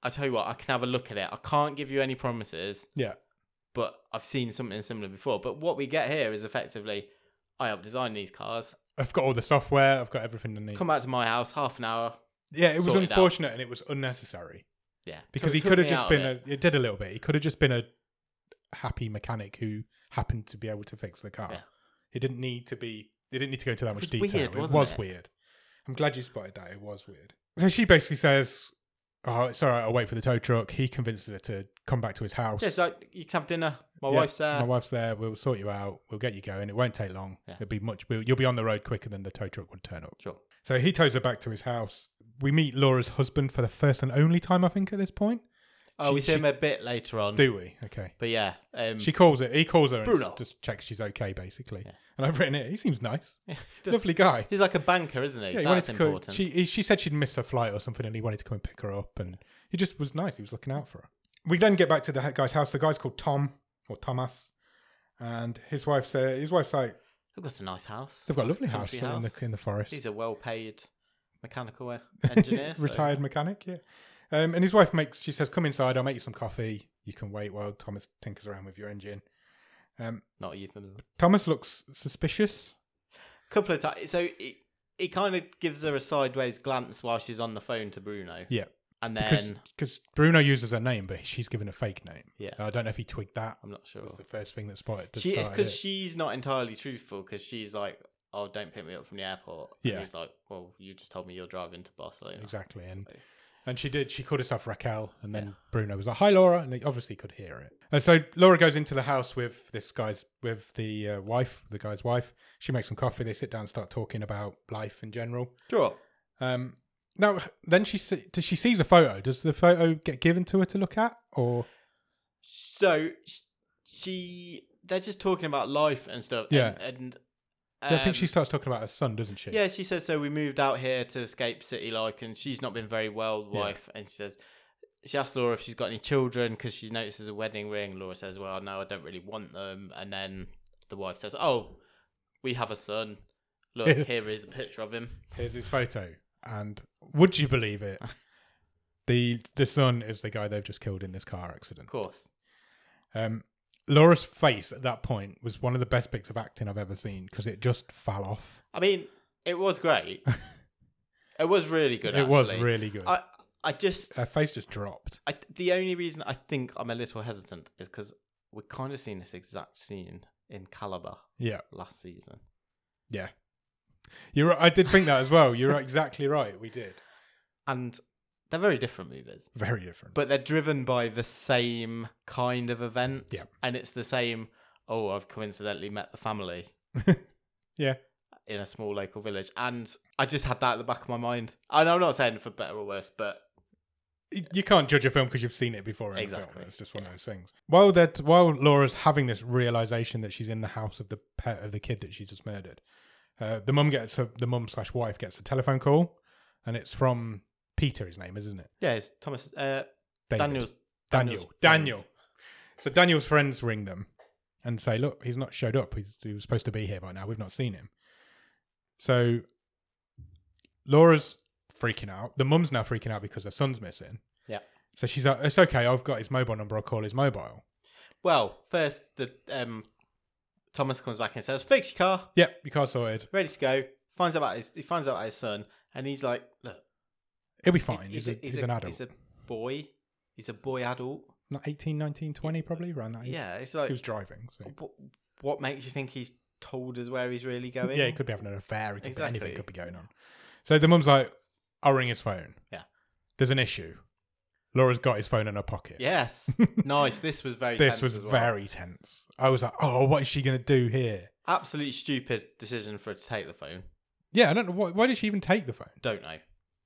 I tell you what, I can have a look at it. I can't give you any promises, Yeah. but I've seen something similar before. But what we get here is effectively, I helped design these cars. I've got all the software, I've got everything I need. Come back to my house, half an hour. Yeah, it was sort it out. unfortunate and it was unnecessary Yeah. because Took- he took could have me out just of been, it. a, it did a little bit. He could have just been a happy mechanic who happened to be able to fix the car. Yeah. It didn't need to be, it didn't need to go into that much was detail. weird, it wasn't was it? weird. I'm glad you spotted that. It was weird. So she basically says, Oh, it's all right. I'll wait for the tow truck. He convinces her to come back to his house. Yeah, it's like, you can have dinner. My Yeah, wife's there. My wife's there. We'll sort you out. We'll get you going. It won't take long. Yeah. It'll be much. We'll, you'll be on the road quicker than the tow truck would turn up. Sure. So he tows her back to his house. We meet Laura's husband for the first and only time, I think, at this point. Oh, She- we see she- him a bit later on. Do we? Okay. But yeah. Um, She calls it. He calls her and Bruno. just checks she's okay, basically. Yeah. And I've written it. He seems (laughs) nice, does- lovely guy. He's like a banker, isn't he? Yeah, he wanted That's to come. important. She he- she said she'd missed her flight or something, and he wanted to come and pick her up. And he just was nice. He was looking out for her. We then get back to the guy's house. The guy's called Tom or Thomas, and his wife's uh, his wife's like, They've got a nice house. They've got a Nice lovely house, country in the in the forest. He's a well-paid mechanical (laughs) uh, engineer. so- Retired mechanic, yeah. Um, and his wife makes. She says, "Come inside. I'll make you some coffee. You can wait while Thomas tinkers around with your engine." Um, Not a euphemism. Thomas looks suspicious. Couple of times. So it, it kind of gives her a sideways glance while she's on the phone to Bruno. Yeah, And because then, because Bruno uses her name, but she's given a fake name. yeah, I don't know if he twigged that. I'm not sure. It was the first thing that spotted. That She it's started because it. she's not entirely truthful because she's like, "Oh, don't pick me up from the airport." Yeah. And he's like, "Well, you just told me you're driving to Barcelona." exactly, and So- and she did. She called herself Raquel, and then Bruno was like, "Hi, Laura," and he obviously could hear it. And so Laura goes into the house with this guy's with the uh, wife, the guy's wife. She makes some coffee. They sit down, and start talking about life in general. Sure. Um, now, then she se- does she sees a photo. Does the photo get given to her to look at, or So sh- she they're just talking about life and stuff. Yeah. and, and Yeah, I think um, she starts talking about her son, doesn't she? Yeah, she says so. We moved out here to escape city life, and she's not been very well, Yeah. wife. And she says she asks Laura if she's got any children because she notices a wedding ring. Laura says, "Well, no, I don't really want them." And then the wife says, "Oh, we have a son. (laughs) Look, here is a picture of him." Here's his photo. And would you believe (laughs) it? The the son is the guy they've just killed in this car accident. Of course, Um, Laura's face at that point was one of the best bits of acting I've ever seen because it just fell off. I mean it (laughs) was great. it was really good. it was actually. really good. Uh, I I just her face just dropped. I, the only reason I think I'm a little hesitant is because we kind of seen this exact scene in Caliber Yeah, last season. yeah. You're. right- I did think that as well. (laughs) You're exactly right. We did. and they're very different movies, Very different. but they're driven by the same kind of event. Yeah. And it's the same, oh, I've coincidentally met the family. (laughs) Yeah. In a small local village. And I just had that at the back of my mind. And I'm not saying for better or worse, but Y- you can't judge a film because you've seen it before in a Exactly. film. It's just one of those things. While that, while Laura's having this realization that she's in the house of the pet of the kid that she just murdered, uh, the mum gets a, the mum slash wife gets a telephone call, and it's from Peter. His name, isn't it? yeah, it's Thomas, uh, David. Daniel's. Daniel's Daniel. friend. Daniel. So Daniel's friends ring them and say, "Look, he's not showed up. He's, he was supposed to be here by now. We've not seen him." So Laura's freaking out. The mum's now freaking out because her son's missing. Yeah. So she's like, "It's okay. I've got his mobile number. I'll call his mobile." Well, first, the um, Thomas comes back and says, fix your car, Yep, your car's sorted. ready to go. Finds out about his, he finds out about his son, and he's like, look, He'll be fine. he's, He's, a, a- he's, an adult. He's a boy. He's a boy adult. not 18, 19, 20 probably around that. age. Yeah, it's like He was driving. So. what, what makes you think he's told us where he's really going? Yeah, he could be having an affair. He could be- anything Exactly. could be going on. So the mum's like, I'll ring his phone. Yeah. There's an issue. Laura's got his phone in her pocket. (laughs) Yes. nice. This was very. This tense was as well. very tense. I was like, oh, what is she going to do here? absolutely stupid decision for her to take the phone. Yeah, I don't know. Why, why did she even take the phone? Don't know.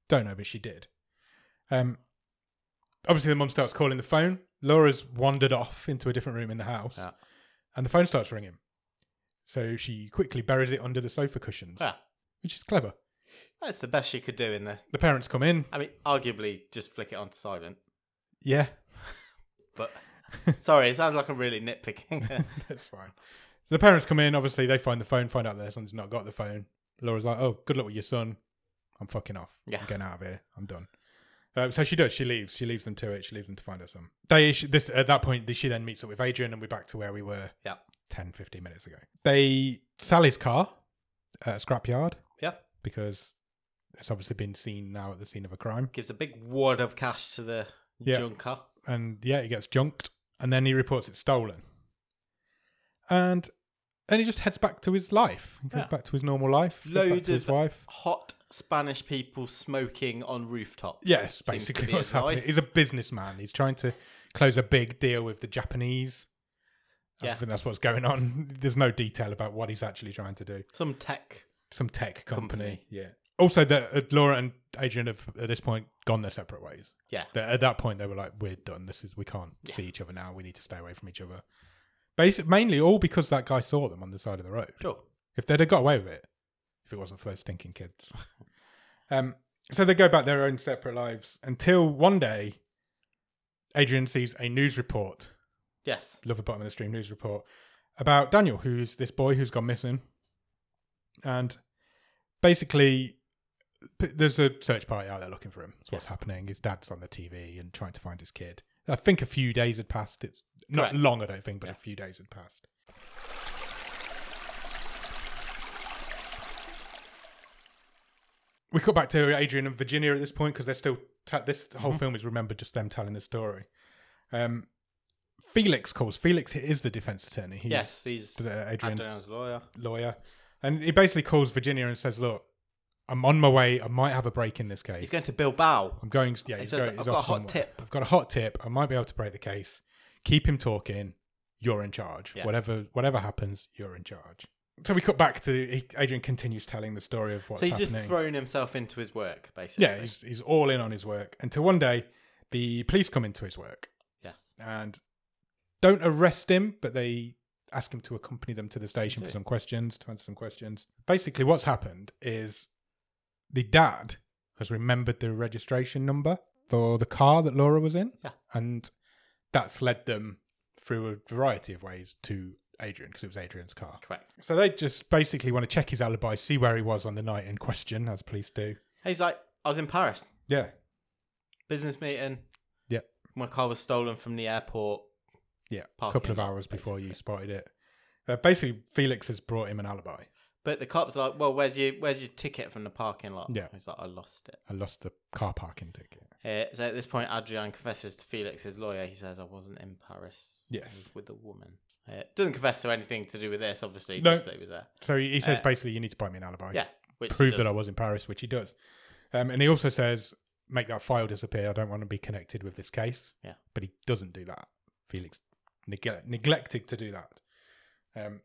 Don't know, but she did. Um, Obviously, the mum starts calling the phone. Laura's wandered off into a different room in the house, Yeah. and the phone starts ringing. So she quickly buries it under the sofa cushions, Yeah, which is clever. Ah, that's the best she could do in there. The parents come in. I mean, arguably, just flick it onto silent. Yeah, (laughs) But sorry, it sounds like I'm really nitpicking. (laughs) That's fine. The parents come in, obviously, they find the phone, find out their son's not got the phone. Laura's like, oh, good luck with your son. I'm fucking off. Yeah. I'm getting out of here. I'm done. Uh, so she does. She leaves. She leaves them to it. She leaves them to find her son. They she- this at that point. She then meets up with Adrian, and we're back to where we were. Yeah. 10, 15 minutes ago. They Sally's car at a scrapyard yeah, because it's obviously been seen now at the scene of a crime. gives a big wad of cash to the Yeah. junker. and yeah, it gets junked, and then he reports it's stolen. And then he just heads back to his life. He goes Yeah. back to his normal life. goes back Loads to his of- wife. Hot Spanish people smoking on rooftops. Yes, Seems to basically (laughs) be what's his happening. life. He's a businessman. He's trying to close a big deal with the Japanese. I Yeah. think that's what's going on. (laughs) There's no detail about what he's actually trying to do. Some tech Some tech company. Company. Yeah. Also, that uh, Laura and Adrian have at this point gone their separate ways. Yeah. That- at that point, they were like, "We're done. This is we can't see each other now. We need to stay away from each other." Basic, mainly all because that guy saw them on the side of the road. Sure. If they'd have got away with it, if it wasn't for those stinking kids. (laughs) um, so they go back their own separate lives until one day, Adrian sees a news report, Yes. Love at Bottom of the Stream news report, about Daniel, who's this boy who's gone missing. And basically, p- there's a search party out there looking for him. That's what's happening. His dad's on the TV and trying to find his kid. I think a few days had passed. It's not Correct. long, I don't think, but a Yeah. few days had passed. We cut back to Adrian and Virginia at this point because they're still. Ta- this Mm-hmm. whole film is remembered just them telling the story. Um, Felix calls. Felix is the defense attorney. He's yes. He's the- Adrian's Adrian's lawyer. lawyer, and he basically calls Virginia and says, "Look, I'm on my way. I might have a break in this case. He's going to Bilbao. I'm going. Yeah, He he's says, going, he's "I've got off a hot somewhere. tip." I've got a hot tip. I might be able to break the case. Keep him talking. You're in charge. Yeah. Whatever whatever happens, you're in charge." So we cut back to he, Adrian continues telling the story of what's So he's happening. just thrown himself into his work, basically. yeah, he's, he's all in on his work until one day the police come into his work yes. and don't arrest him, but they ask him to accompany them to the station for Okay. some questions, to answer some questions. Basically, what's happened is the dad has remembered the registration number for the car that Laura was in, Yeah. and that's led them through a variety of ways to Adrian because it was Adrian's car. Correct. So they just basically want to check his alibi, see where he was on the night in question, as police do. He's like, I was in Paris, Yeah, business meeting. Yeah. My car was stolen from the airport. yeah, a Parking couple of lot, hours before you spotted it. Uh, basically, Felix has brought him an alibi. But the cops are like, well, where's your where's your ticket from the parking lot? Yeah. He's like, I lost it. I lost the car parking ticket. Uh, so at this point, Adrian confesses to Felix, his lawyer. He says, I wasn't in Paris. Yes. I was with a woman. Uh, doesn't confess to anything to do with this, obviously, No. just that he was there. So he, he says Uh, basically, you need to buy me an alibi. Yeah. Which he prove that does. I was in Paris, which he does. Um, and he also says, make that file disappear. I don't want to be connected with this case. Yeah. But he doesn't do that. Felix neg- neglected to do that um,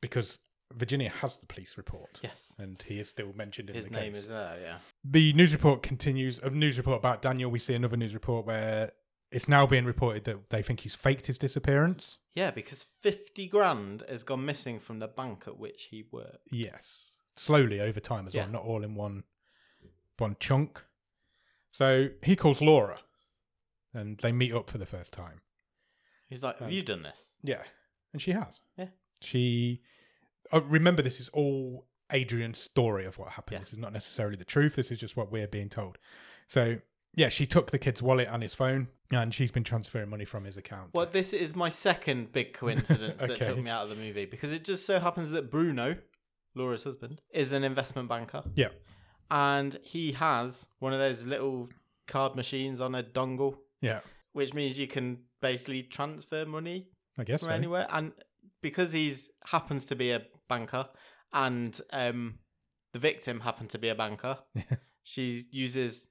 because Virginia has the police report. Yes. And he is still mentioned in His the name case. is there, yeah. the news report continues. A news report about Daniel. We see another news report where it's now being reported that they think he's faked his disappearance. Yeah, because 50 grand has gone missing from the bank at which he worked. Yes, slowly over time as Yeah. well, not all in one one chunk. So he calls Laura, and they meet up for the first time. He's like, have Um, you done this? Yeah, and she has. Yeah. she. Oh, remember, this is all Adrian's story of what happened. Yeah. This is not necessarily the truth. This is just what we're being told. So yeah, she took the kid's wallet and his phone, and she's been transferring money from his account. Well, this is my second big coincidence that Okay. took me out of the movie because it just so happens that Bruno, Laura's husband, is an investment banker. Yeah. And he has one of those little card machines on a dongle, Yeah, which means you can basically transfer money I guess from so. anywhere. And because he's happens to be a banker, and um, the victim happened to be a (laughs) banker, she uses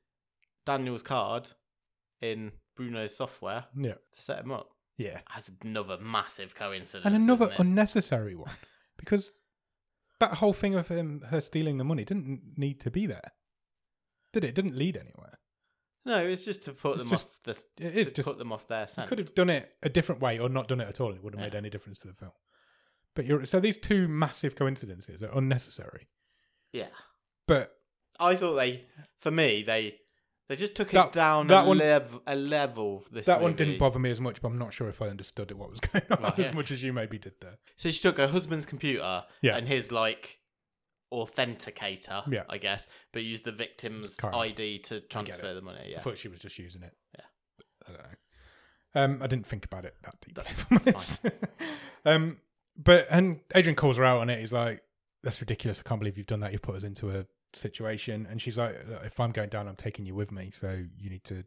Daniel's card in Bruno's software Yeah, to set him up. yeah, That's another massive coincidence. and another isn't it? unnecessary one because that whole thing of him her stealing the money didn't need to be there, did it? It didn't lead anywhere. no, it's just to put It's them just- off this. it is to just- put them off their You scent. could have done it a different way or not done it at all, and it wouldn't have made Yeah. any difference to the film. But you're so these two massive coincidences are unnecessary. Yeah, But I thought they. For me, they they just took That- it down that a, one- lev- a level. This that one movie. didn't bother me as much. But I'm not sure if I understood what was (laughs) going on Right, yeah. as much as you maybe did there. So she took her husband's computer Yeah. and his like authenticator, Yeah. I guess, but used the victim's Card. ID to transfer the money. I Yeah, thought she was just using it. Yeah. I don't know. Um, I didn't think about it that deeply. (laughs) That's- that's um, but and Adrian calls her out on it. He's like, "That's ridiculous. I can't believe you've done that. You've put us into a situation." And she's like, "Look, "If I'm going down, I'm taking you with me. So you need to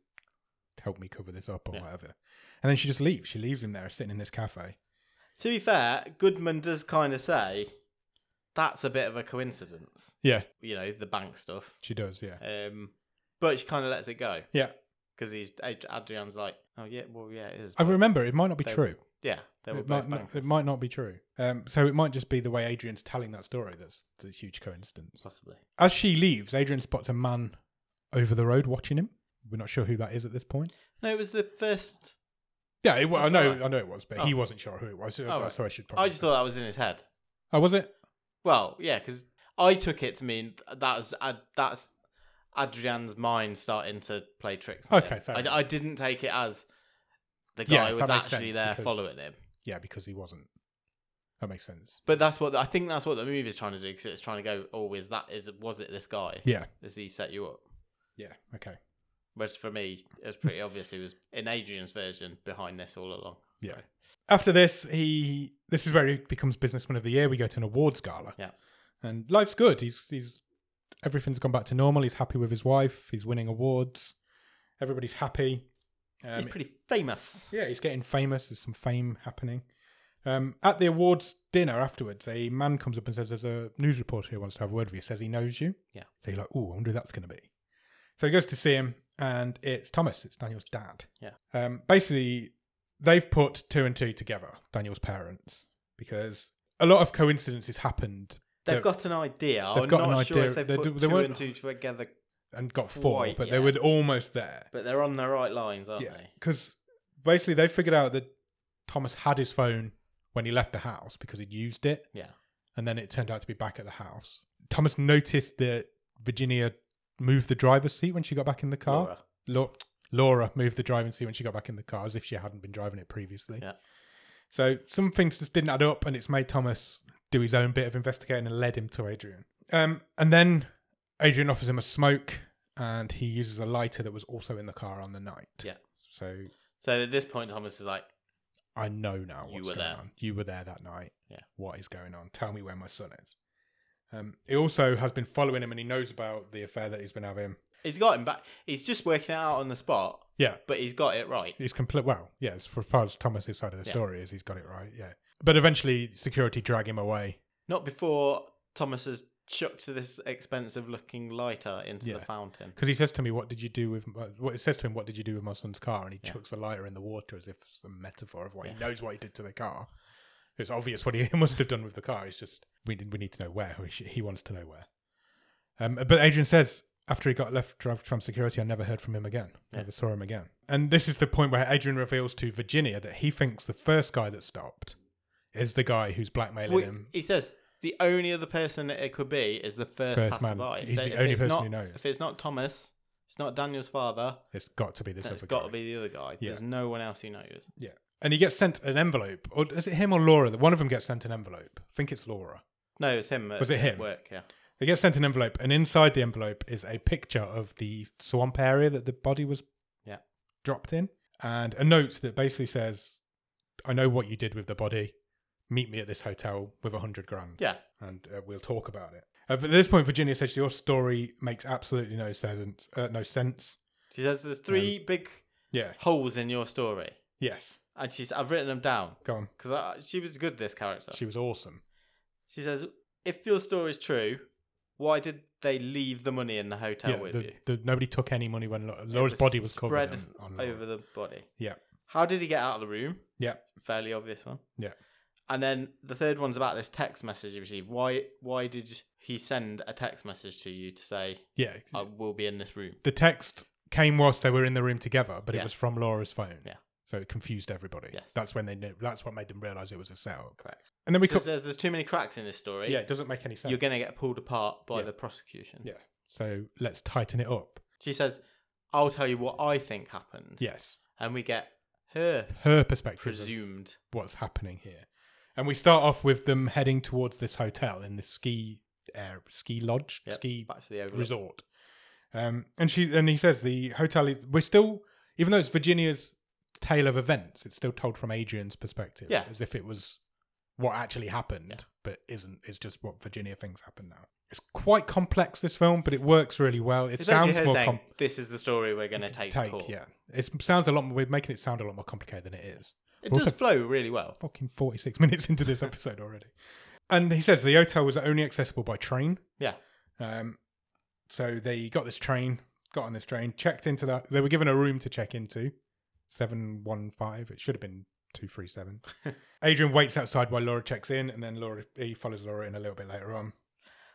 help me cover this up or Yeah. whatever." And then she just leaves. She leaves him there, sitting in this cafe. To be fair, Goodman does kind of say that's a bit of a coincidence. Yeah, You know, the bank stuff. she does. Yeah, Um, but she kind of lets it go yeah. because he's Ad- Adrian's like, oh yeah, well yeah, it is. I remember it might not be They- true. Yeah, they were It both might, bankers. not, it might not be true. Um, so it might just be the way Adrian's telling that story. That's the huge coincidence. possibly. As she leaves, Adrian spots a man over the road watching him. We're not sure who that is at this point. No, it was the first. Yeah, it, well, I That's know, alright. I know it was, but he Oh. wasn't sure who it was. So Alright. that's how I should probably. I just thought that was in his head. Oh, was it? Well, yeah, because I took it to mean that was Ad, that's Adrian's mind starting to play tricks. on Okay, him. fair I, enough. I didn't take it as the Yeah, guy that was makes actually sense there because- following him. Yeah, because he wasn't. That makes sense. But that's what I think. That's what the movie's trying to do because it's trying to go. Oh, is that is was it this guy? Yeah, Does he set you up? yeah, okay, Whereas for me, it was pretty obvious he was in Adrian's version behind this all along. yeah. After this, he this is where he becomes businessman of the year. We go to an awards gala. Yeah. and life's good. He's he's everything's gone back to normal. He's happy with his wife. He's winning awards. Everybody's happy. Um, He's pretty famous. Yeah, he's getting famous. There's some fame happening. Um, at the awards dinner afterwards, a man comes up and says, "There's a news reporter who wants to have a word with you. Says he knows you." Yeah. So you're like, "Oh, I wonder who that's going to be." So he goes to see him, and it's Thomas. It's Daniel's dad. Yeah. Um, basically, they've put two and two together, Daniel's parents, because a lot of coincidences happened They've They're- got an idea. they've I'm got an not sure if idea. they've They put do- they two weren't- and two together, and got four, Quite, but yeah. they were almost there. but they're on the right lines, aren't Yeah, they? because basically they figured out that Thomas had his phone when he left the house because he'd used it, Yeah. and then it turned out to be back at the house. Thomas noticed that Virginia moved the driver's seat when she got back in the car. Laura. Laura, Laura moved the driving seat when she got back in the car as if she hadn't been driving it previously. Yeah. So some things just didn't add up, and it's made Thomas do his own bit of investigating and led him to Adrian. Um, and then Adrian offers him a smoke, and he uses a lighter that was also in the car on the night. Yeah. So So at this point, Thomas is like, I know now what's You were going there. on. You were there that night. Yeah. What is going on? Tell me where my son is. Um, he also has been following him, and he knows about the affair that he's been having. he's got him back. He's just working it out on the spot, Yeah. but he's got it right. He's complete. Well, yeah, as far as Thomas's side of the Yeah. story is, he's got it right. Yeah, but eventually security drag him away. Not before Thomas has chucked this expensive looking lighter into the Yeah. fountain. Because he says to me, "What did you do with?" my- What it says to him, "What did you do with my son's car?" And he Yeah. chucks the lighter in the water as if it's a metaphor of what Yeah. he knows what he did to the car. It's obvious what he (laughs) must have done with the car. It's just we we need to know where. We should- He wants to know where. Um, but Adrian says after he got left dr- from security, I never heard from him again. Yeah. Never saw him again. And this is the point where Adrian reveals to Virginia that he thinks the first guy that stopped is the guy who's blackmailing Well, him. he says the only other person that it could be is the first, First man. passerby. He's So the if only it's person not, who knows. If it's not Thomas, it's not Daniel's father. It's got to be this then other it's guy. got to be the other guy. Yeah. There's no one else who knows. Yeah. And he gets sent an envelope. Or is it him or Laura? that One of them gets sent an envelope. I think it's Laura. No, it's him. at- Was it at him? Work, yeah. They get sent an envelope, and inside the envelope is a picture of the swamp area that the body was Yeah. dropped in, and a note that basically says, I know what you did with the body. Meet me at this hotel with a hundred grand Yeah. and uh, we'll talk about it. Uh, but at this point, Virginia says your story makes absolutely no sense. Uh, no sense. She says Um, there's three big Yeah. holes in your story, Yes. and she's I've written them down Go on. because she was good this character. She was awesome. She says if your story is true, why did they leave the money in the hotel yeah. with the- you? the- nobody took any money when Lo- It Laura's body was covered spread on, on Laura. over the body. Yeah. How did he get out of the room? Yeah. fairly obvious one. Yeah. And then the third one's about this text message you received. Why why did he send a text message to you to say Yeah. I will be in this room? the text came whilst they were in the room together, but Yeah. it was from Laura's phone. Yeah. So it confused everybody. Yes. That's when they knew. That's what made them realize it was a setup. Correct. And then we So cut. says there's too many cracks in this story. Yeah, it doesn't make any sense. You're going to get pulled apart by Yeah. the prosecution. Yeah. So let's tighten it up. She says, "I'll tell you what I think happened." Yes. And we get her Her perspective of presumed. what's happening here, and we start off with them heading towards this hotel in the ski air, ski lodge, Yep, ski back to the overlook. resort. Um, and she and he says the hotel is we're still even though it's Virginia's tale of events, it's still told from Adrian's perspective. Yeah. As if it was what actually happened, Yeah. but isn't. It's just what Virginia thinks happened now. It's quite complex this film, but it works really well. It It's sounds basically her more saying, com- "This is the story we're going to take, to take, court." yeah. It sounds a lot more we're making it sound a lot more complicated than it is. It We're does also- flow really well. Fucking forty six (laughs) minutes into this episode already. And he says the hotel was only accessible by train. Yeah. Um, so they got this train, got on this train, checked into that. They were given a room to check into, seven one five. It should have been two three (laughs) seven. Adrian waits outside while Laura checks in, and then Laura he follows Laura in a little bit later on.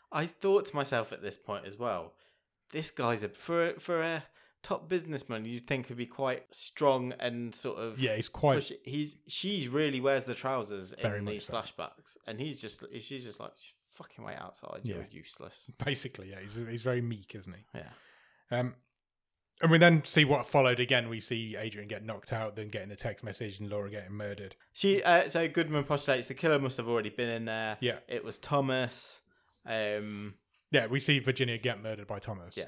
I thought to myself at this point as well, this guy's a for a- for a top businessman. You'd think would be quite strong and sort of Yeah, he's quite push- He's she really wears the trousers Very in much these so. flashbacks, and he's just she's just like fucking wait outside. You're Yeah. useless. basically yeah. He's he's very meek, isn't he? Yeah. Um, and we then see what followed. Again, we see Adrian get knocked out, then getting the text message, and Laura getting murdered. She uh, so Goodman postulates the killer must have already been in there. Yeah. It was Thomas. Um, Yeah, we see Virginia get murdered by Thomas. Yeah.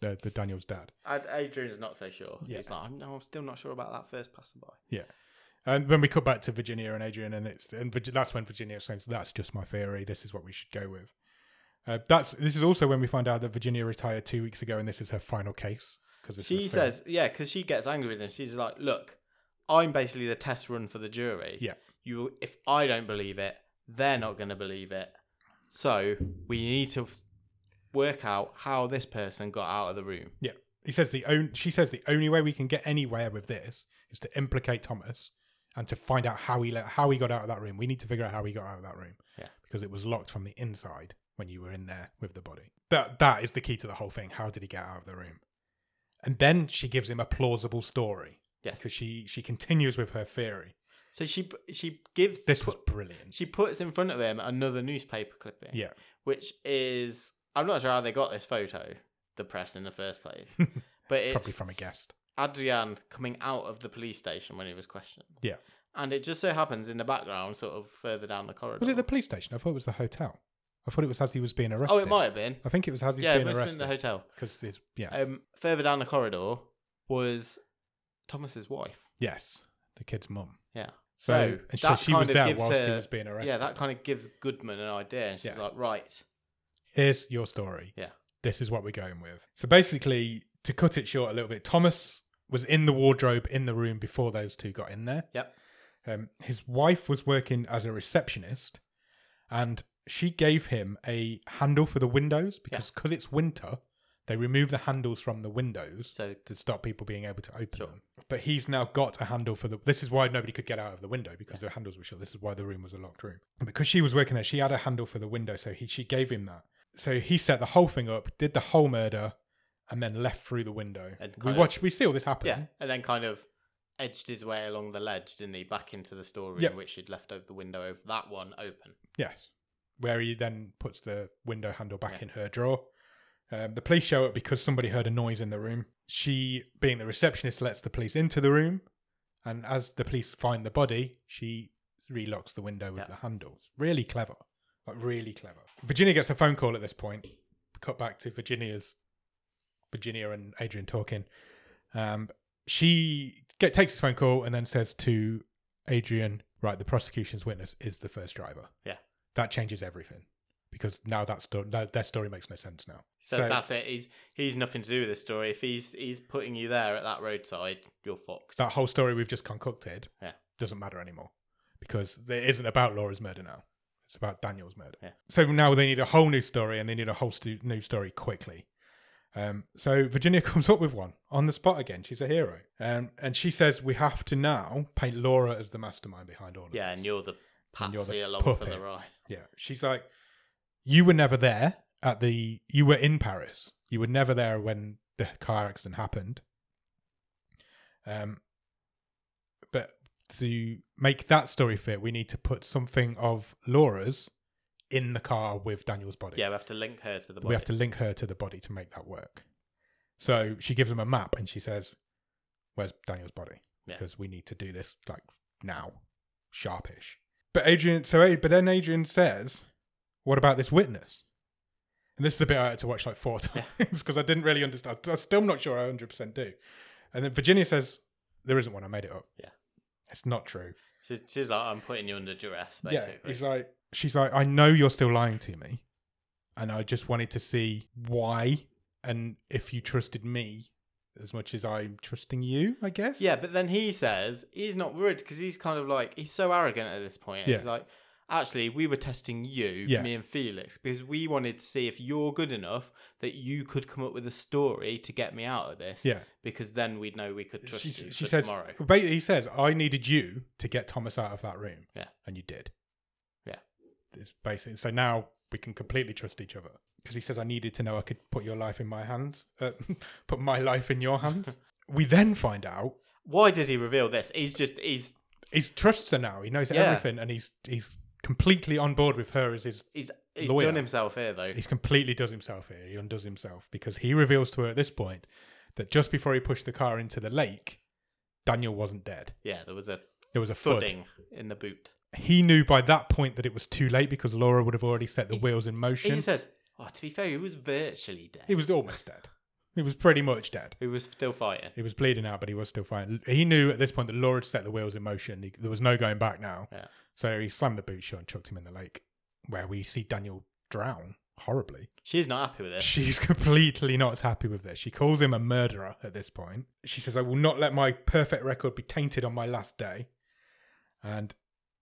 the, the Daniel's dad. Ad- Adrian's not so sure. Yeah. He's like, "I'm- no, I'm still not sure about that first passerby. And when we cut back to Virginia and Adrian, and it's and Virgi- that's when Virginia explains that's just my theory. This is what we should go with. Uh, that's this is also when we find out that Virginia retired two weeks ago, and this is her final case because she says, yeah, because she gets angry with him. She's like, look, I'm basically the test run for the jury. Yeah. You, if I don't believe it, they're not going to believe it. So we need to work out how this person got out of the room. he says the own she says the only way we can get anywhere with this is to implicate Thomas and to find out how he let, how he got out of that room. We need to figure out how he got out of that room. Yeah. because it was locked from the inside when you were in there with the body. That that is the key to the whole thing. How did he get out of the room? And then she gives him a plausible story Yes. because she she continues with her theory. So she she gives This was brilliant. she puts in front of him another newspaper clipping. Yeah. Which is I'm not sure how they got this photo, the press in the first place. But Probably it's from a guest. Adrian coming out of the police station when he was questioned. Yeah. And it just so happens in the background, sort of further down the corridor. Was it the police station? I thought it was the hotel. I thought it was as he was being arrested. Oh, it might have been. I think it was as he's Yeah, it being must have been the arrested. hotel. Because it's yeah, Um, further down the corridor was Thomas's wife. yes, the kid's mum. Yeah. So, So and so that she was kind of there gives whilst he her- was being arrested. Yeah, that kind of gives Goodman an idea, and she's Yeah. like, right, Here's your story. Yeah. This is what we're going with. So basically, to cut it short a little bit, Thomas was in the wardrobe in the room before those two got in there. Yep. Um, his wife was working as a receptionist, and she gave him a handle for the windows because because it's winter, they remove the handles from the windows so to stop people being able to open Sure. them. But he's now got a handle for the. This is why nobody could get out of the window because the handles were shut. This is why the room was a locked room. And because she was working there, she had a handle for the window, so he she gave him that. So he set the whole thing up, did the whole murder, and then left through the window. And we kind of- watch, we see all this happen. yeah, and then kind of edged his way along the ledge, didn't he, back into the storeroom, Yep. which he'd left over the window over that one open. Yes. Where he then puts the window handle back Yeah. in her drawer. Um, the police show up because somebody heard a noise in the room. She, being the receptionist, lets the police into the room. And as the police find the body, she relocks the window with Yeah. the handles. Really clever. Like, really clever. Virginia gets a phone call at this point. Cut back to Virginia's, Virginia and Adrian talking. Um, she get, takes his phone call and then says to Adrian, right, the prosecution's witness is the first driver. Yeah. That changes everything because now that sto- that, their story makes no sense now. So, that's it. He's he's nothing to do with this story. If he's he's putting you there at that roadside, you're fucked. that whole story we've just concocted Yeah. doesn't matter anymore because it isn't about Laura's murder now. It's about Daniel's murder. Yeah. So now they need a whole new story and they need a whole stu- new story quickly. Um, so Virginia (laughs) comes up with one on the spot again. She's a hero. Um, and she says, We have to now paint Laura as the mastermind behind all of Yeah, this. and you're the And patsy you're the along for puppet. the ride. Yeah. She's like, You were never there at the you were in Paris. You were never there when the car accident happened. Um but to make that story fit, we need to put something of Laura's in the car with Daniel's body. Yeah, we have to link her to the body. We have to link her to the body to make that work. So she gives him a map and she says, Where's Daniel's body? Yeah. Because we need to do this like now, sharpish. But Adrian, so A- but then Adrian says, What about this witness? And this is the bit I had to watch like four (laughs) times because I didn't really understand. I'm still not sure I 100% do. And then Virginia says, There isn't one. I made it up. Yeah. It's not true. She's, she's like, I'm putting you under duress, basically. Yeah, he's like, she's like, I know you're still lying to me, and I just wanted to see why and if you trusted me as much as I'm trusting you. I guess. Yeah, but then he says he's not worried because he's kind of like he's so arrogant at this point. He's Yeah. like, actually, we were testing you, Yeah. me and Felix, because we wanted to see if you're good enough that you could come up with a story to get me out of this. Yeah. because then we'd know we could trust She, you she for says. tomorrow. ba- He says, I needed you to get Thomas out of that room. Yeah. And you did. Yeah. It's basically so now we can completely trust each other because he says I needed to know I could put your life in my hands, uh, (laughs) put my life in your (laughs) hands. we then find out Why did he reveal this? He's just he's he trusts her now. He knows Yeah. everything, and he's he's completely on board with her as his. he's he's Lawyer. done himself here though. He's completely does himself here. He undoes himself because he reveals to her at this point that just before he pushed the car into the lake, Daniel wasn't dead. yeah, there was a There was a foot. thudding in the boot. He knew by that point that it was too late because Laura would have already set the wheels in motion. He says, "Oh, to be fair, he was virtually dead. he was almost dead. He was pretty much dead. He was still fighting." He was bleeding out, but he was still fine. He knew at this point that Laura had set the wheels in motion. He, there was no going back now. Yeah. So he slammed the boot shut and chucked him in the lake, where we see Daniel drown horribly. She's not happy with (laughs) it. She's completely not happy with this. She calls him a murderer at this point. She says, I will not let my perfect record be tainted on my last day. And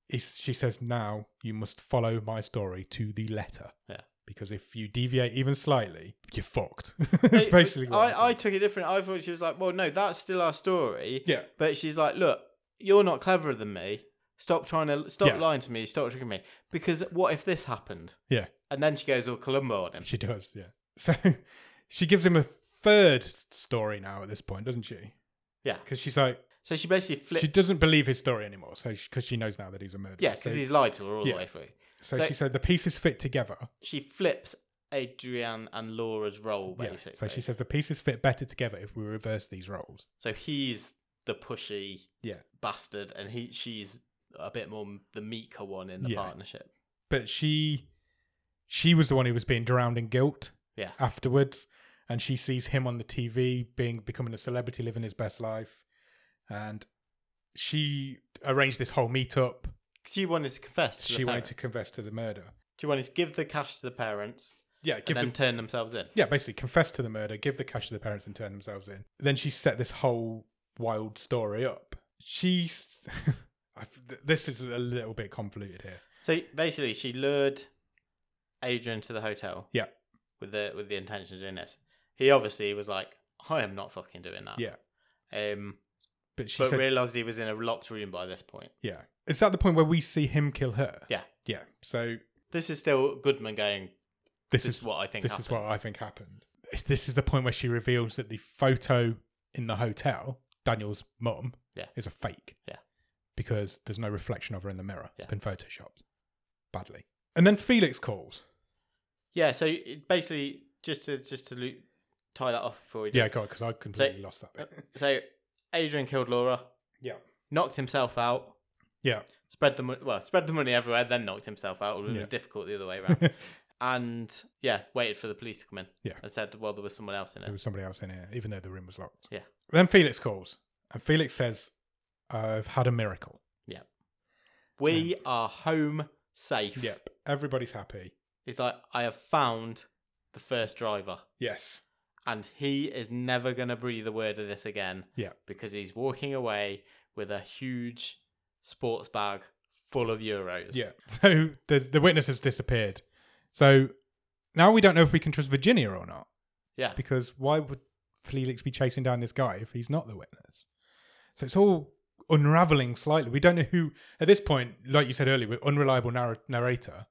he, she says, Now you must follow my story to the letter. Yeah. Because if you deviate even slightly, you're fucked. (laughs) it's It- basically what I, I happened. took it different. I thought she was like, well, no, that's still our story. Yeah. But she's like, look, you're not cleverer than me. Stop trying to stop Yeah. lying to me. Stop tricking me. Because what if this happened? Yeah. And then she goes all Columbo on him. She does, yeah. (laughs) So she gives him a third story now at this point, doesn't she? Yeah. Because she's like, So she basically flips. She doesn't believe his story anymore, so because she, knows now that he's a murderer. Yeah, because so, he's lied to her all Yeah. the way through. so, so- she said the pieces fit together. She flips Adrian and Laura's role basically. Yeah. So she says the pieces fit better together if we reverse these roles. So he's the pushy Yeah. bastard, and he she's a bit more the meeker one in the Yeah. partnership. But she, she was the one who was being drowned in guilt. Yeah. Afterwards, and she sees him on the TV being becoming a celebrity, living his best life, and she arranged this whole meetup. She wanted to confess. To She wanted to confess to the murder. She wanted to give the cash to the parents Yeah. Give and them then turn themselves in. yeah, basically confess to the murder, give the cash to the parents, and turn themselves in. Then she set this whole wild story up. She, s- (laughs) I've- th- this is a little bit convoluted here. So basically, she lured Adrian to the hotel. Yeah. With the with the intention of doing this, he obviously was like, "I am not fucking doing that." Yeah. Um, But she Ah. but said, realized he was in a locked room by this point. yeah, it's at the point where we see him kill her. Yeah. yeah. So This is still Goodman going. this, This, is, is what I think. this happened. is what I think happened. This is the point where she reveals that the photo in the hotel, Daniel's mum, Yeah. is a fake. Yeah. because there's no reflection of her in the mirror. Yeah. It's been photoshopped badly. And then Felix calls. Yeah. So it basically, just to just to lo- tie that off before we. Yeah, Does, God, because I completely lost that bit. So Adrian killed Laura, Yeah. knocked himself out, Yeah. spread the money. Well, spread the money everywhere, then knocked himself out. It would have been Yeah. difficult the (laughs) other way around. and yeah, waited for the police to come in. Yeah. and said, well, there was someone else in There it. was somebody else in here, even though the room was locked. Yeah. Then Felix calls, and Felix says, I've had a miracle. We are home safe. Everybody's happy. He's like, I have found the first driver, Yes. and he is never going to breathe a word of this again. Yeah. because he's walking away with a huge sports bag full of euros. Yeah. (laughs) So the, the witness has disappeared. So now we don't know if we can trust Virginia or not, yeah. because why would Felix be chasing down this guy if he's not the witness? So it's all unraveling slightly. We don't know who, at this point, like you said earlier, we're unreliable narr- narrator.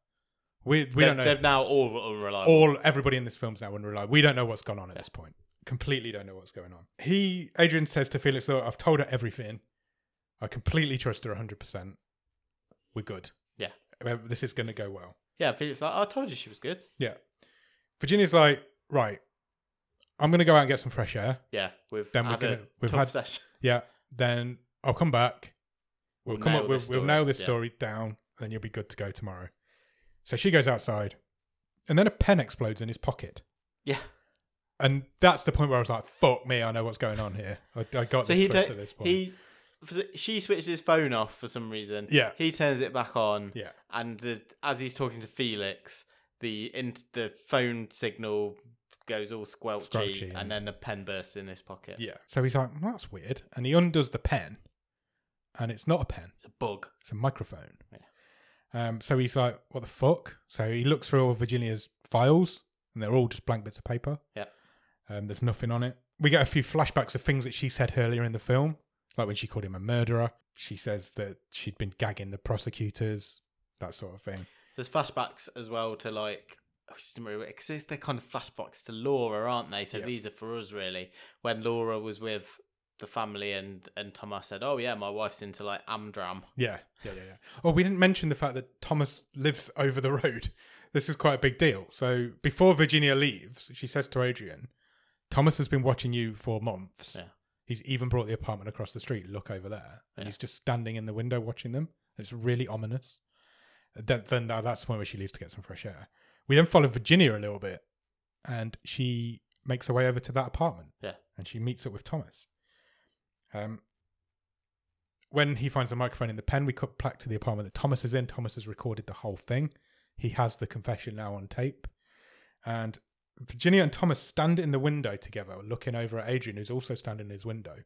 We, we They- don't know. They're now all unreliable. all everybody in this film's now unreliable. We don't know what's gone on at this point. Completely don't know what's going on. He Adrian says to Felix, "Look, I've told her everything. I completely trust her 100. percent We're good. Yeah. Uh, this is going to go well." yeah, Felix like, I told you she was good. Yeah. Virginia's like, "Right, I'm going to go out and get some fresh air. Yeah, we've Then we're had a gonna- we've tough had- session. (laughs) Yeah, then I'll come back. We'll, We'll come nail up. We'll, this we'll story, nail this yeah. story down, and you'll be good to go tomorrow." So she goes outside, and then a pen explodes in his pocket. Yeah. And that's the point where I was like, "Fuck me, I know what's going on here." I, I got So this he twist ta- at this point. he she switches his phone off for some reason. Yeah. he turns it back on. Yeah. and there's, as he's talking to Felix, the in, the phone signal goes all squelchy, Squelchy, yeah. and then the pen bursts in his pocket. yeah. So he's like, well, "That's weird," and he undoes the pen, and it's not a pen; It's a bug. it's a microphone. Yeah. Um. So he's like, "What the fuck?" So he looks through all Virginia's files, and they're all just blank bits of paper. Yeah. Um. There's nothing on it. We get a few flashbacks of things that she said earlier in the film, like when she called him a murderer. She says that she'd been gagging the prosecutors, that sort of thing. There's flashbacks as well to like. oh, Because they're kind of flashbacks to Laura, aren't they? So Yeah. these are for us, really. When Laura was with the family, and and Thomas said, "Oh yeah, my wife's into like Amdram." Yeah, yeah, yeah, yeah. Oh, we didn't mention the fact that Thomas lives over the road. This is quite a big deal. So before Virginia leaves, she says to Adrian, "Thomas has been watching you for months. Yeah. He's even brought the apartment across the street. Look over there, and Yeah. he's just standing in the window watching them. It's really ominous." Then, then that- that's when she leaves to get some fresh air. We then follow Virginia a little bit, and she makes her way over to that apartment. Yeah. and she meets up with Thomas. Um, when he finds the microphone in the pen, we cut back to the apartment that Thomas is in. Thomas has recorded the whole thing. He has the confession now on tape. And Virginia and Thomas stand in the window together, looking over at Adrian, who's also standing in his window.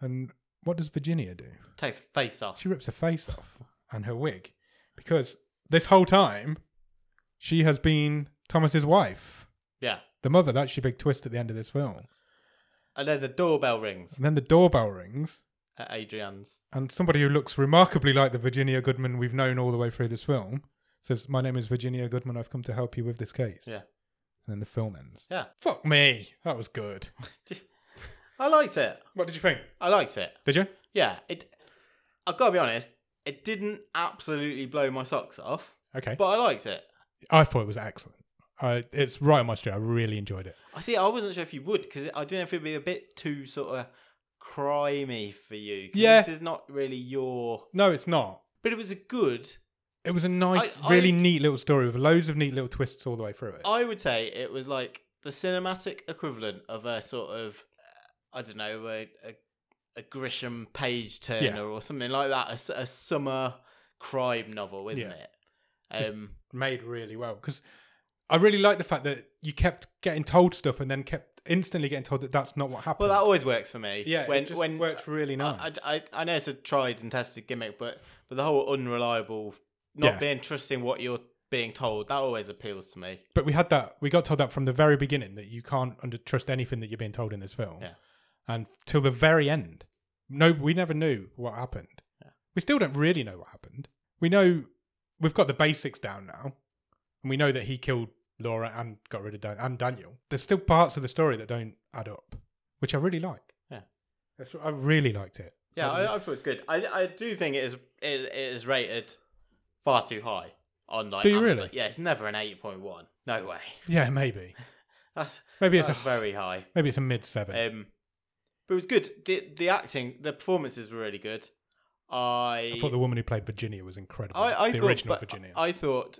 And what does Virginia do? Takes face off. She rips her face off and her wig because this whole time she has been Thomas's wife, Yeah. the mother. That's your big twist at the end of this film. And then the doorbell rings And then the doorbell rings. at Adrian's. and somebody who looks remarkably like the Virginia Goodman we've known all the way through this film says, "My name is Virginia Goodman. I've come to help you with this case." Yeah. And then the film ends. Yeah. Fuck me, that was good. I liked it. (laughs) What did you think? I liked it. Did you? yeah, it. I've got to be honest. It didn't absolutely blow my socks off, Okay. but I liked it. I thought it was excellent. I, it's right on my street. I really enjoyed it. I see. I wasn't sure if you would because I didn't know if it'd be a bit too sort of crimey for you. 'cause Yeah. this is not really your. No, it's not. But it was a good. It was a nice, I- really I'd- neat little story with loads of neat little twists all the way through it. I would say it was like the cinematic equivalent of a sort of, uh, I don't know, a, a, a Grisham page turner Yeah. or something like that. A s- A, summer crime novel, isn't Yeah. it? Um, Made really well because I really like the fact that you kept getting told stuff and then kept instantly getting told that that's not what happened. well, that always works for me. yeah, when it just when works really nice. I, I, I- I know it's a tried and tested gimmick, but but the whole unreliable, not Yeah. being trusting what you're being told, that always appeals to me. but we had that we got told that from the very beginning that you can't under trust anything that you're being told in this film Yeah. and till the very end no we never knew what happened we still don't really know what happened we know we've got the basics down now and we know that he killed laura and got rid of Dan- and daniel there's still parts of the story that don't add up which i really like Yeah. That's- i really liked it Yeah, Totally. I, I thought it's good. I, I do think it is it, it is rated far too high on like Do you Amazon. really? Yeah, it's never an eight point one. No way. (laughs) yeah maybe That's maybe it's that's a very high. maybe it's a mid seven Um, but it was good. the The acting, the performances were really good. I i thought the woman who played virginia was incredible I, I the thought, original but virginia I thought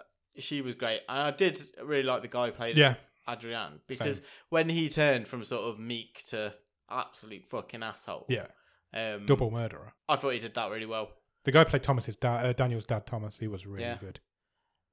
uh, she was great, and I did really like the guy who played yeah Adrian because when he turned from sort of meek to absolute fucking asshole, yeah um, double murderer I thought he did that really well. The guy played Thomas's dad, uh, Daniel's dad, Thomas. He was really Yeah. good.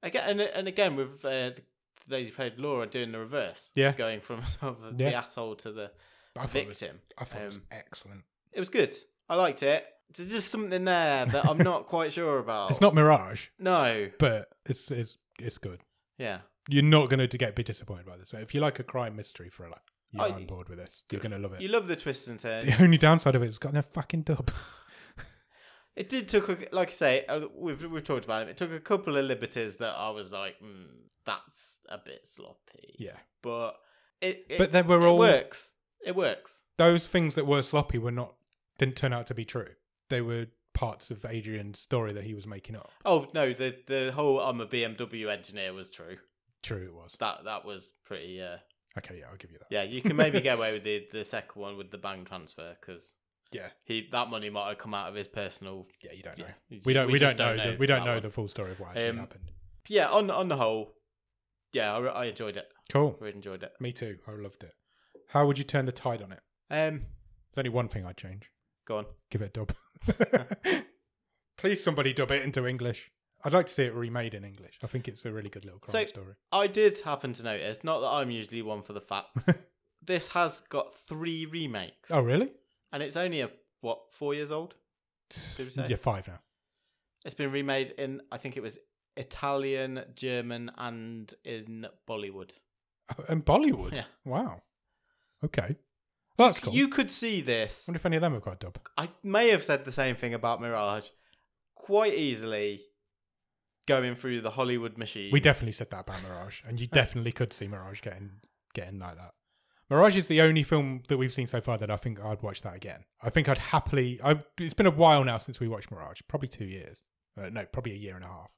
Again, and, and again with uh, the lady who played Laura doing the reverse, Yeah. going from (laughs) sort of Yeah. the asshole to the I thought, it was, victim. I thought it was Um, excellent. It was good. I liked it. There's just something there that (laughs) I'm not quite sure about. It's not Mirage, No. but it's it's it's good. Yeah. You're not going to get be disappointed by this. If you like a crime mystery thriller, you're I- on board with this. You're going to love it. Oh, You love the twists and turns. the only downside of it is it's got no fucking dub. (laughs) It did took, a, like I say, uh, we've we've talked about it. It took a couple of liberties that I was like, mm, that's a bit sloppy. yeah, but it. it but then we're it all works. It works. those things that were sloppy were not didn't turn out to be true. They were parts of Adrian's story that he was making up. Oh no, the the whole I'm a BMW engineer was true. True, it was. That that was pretty. Uh, Okay, yeah, I'll give you that. yeah, you can maybe get away with the the second one with the bank transfer because Yeah. he that money might have come out of his personal. Yeah, you don't know. Yeah, We don't. We, just don't know. the, we don't that know one. the full story of what actually Um, happened. Yeah, on on the whole, yeah, I, I enjoyed it. Cool. I really enjoyed it. Me too. I loved it. How would you turn the tide on it? Um, There's only one thing I'd change. go on. Give it a dub. (laughs) Please, somebody dub it into English. I'd like to see it remade in English. I think it's a really good little crime So- story. I did happen to notice, not that I'm usually one for the (laughs) facts. this has got three remakes. Oh, really? and it's only a what four years old. Did we say? You're five now. It's been remade in, I think it was Italian, German, and in Bollywood. Oh, And Bollywood. Yeah. Wow. Okay. That's cool. You could see this. wonder if any of them have got a dub. I may have said the same thing about Mirage quite easily going through the Hollywood machine. We definitely said that about Mirage, and (laughs) you definitely could see Mirage getting getting like that. Mirage is the only film that we've seen so far that I think I'd watch that again. I think I'd happily. I, it's been a while now since we watched Mirage, probably two years. Uh, no, probably a year and a half.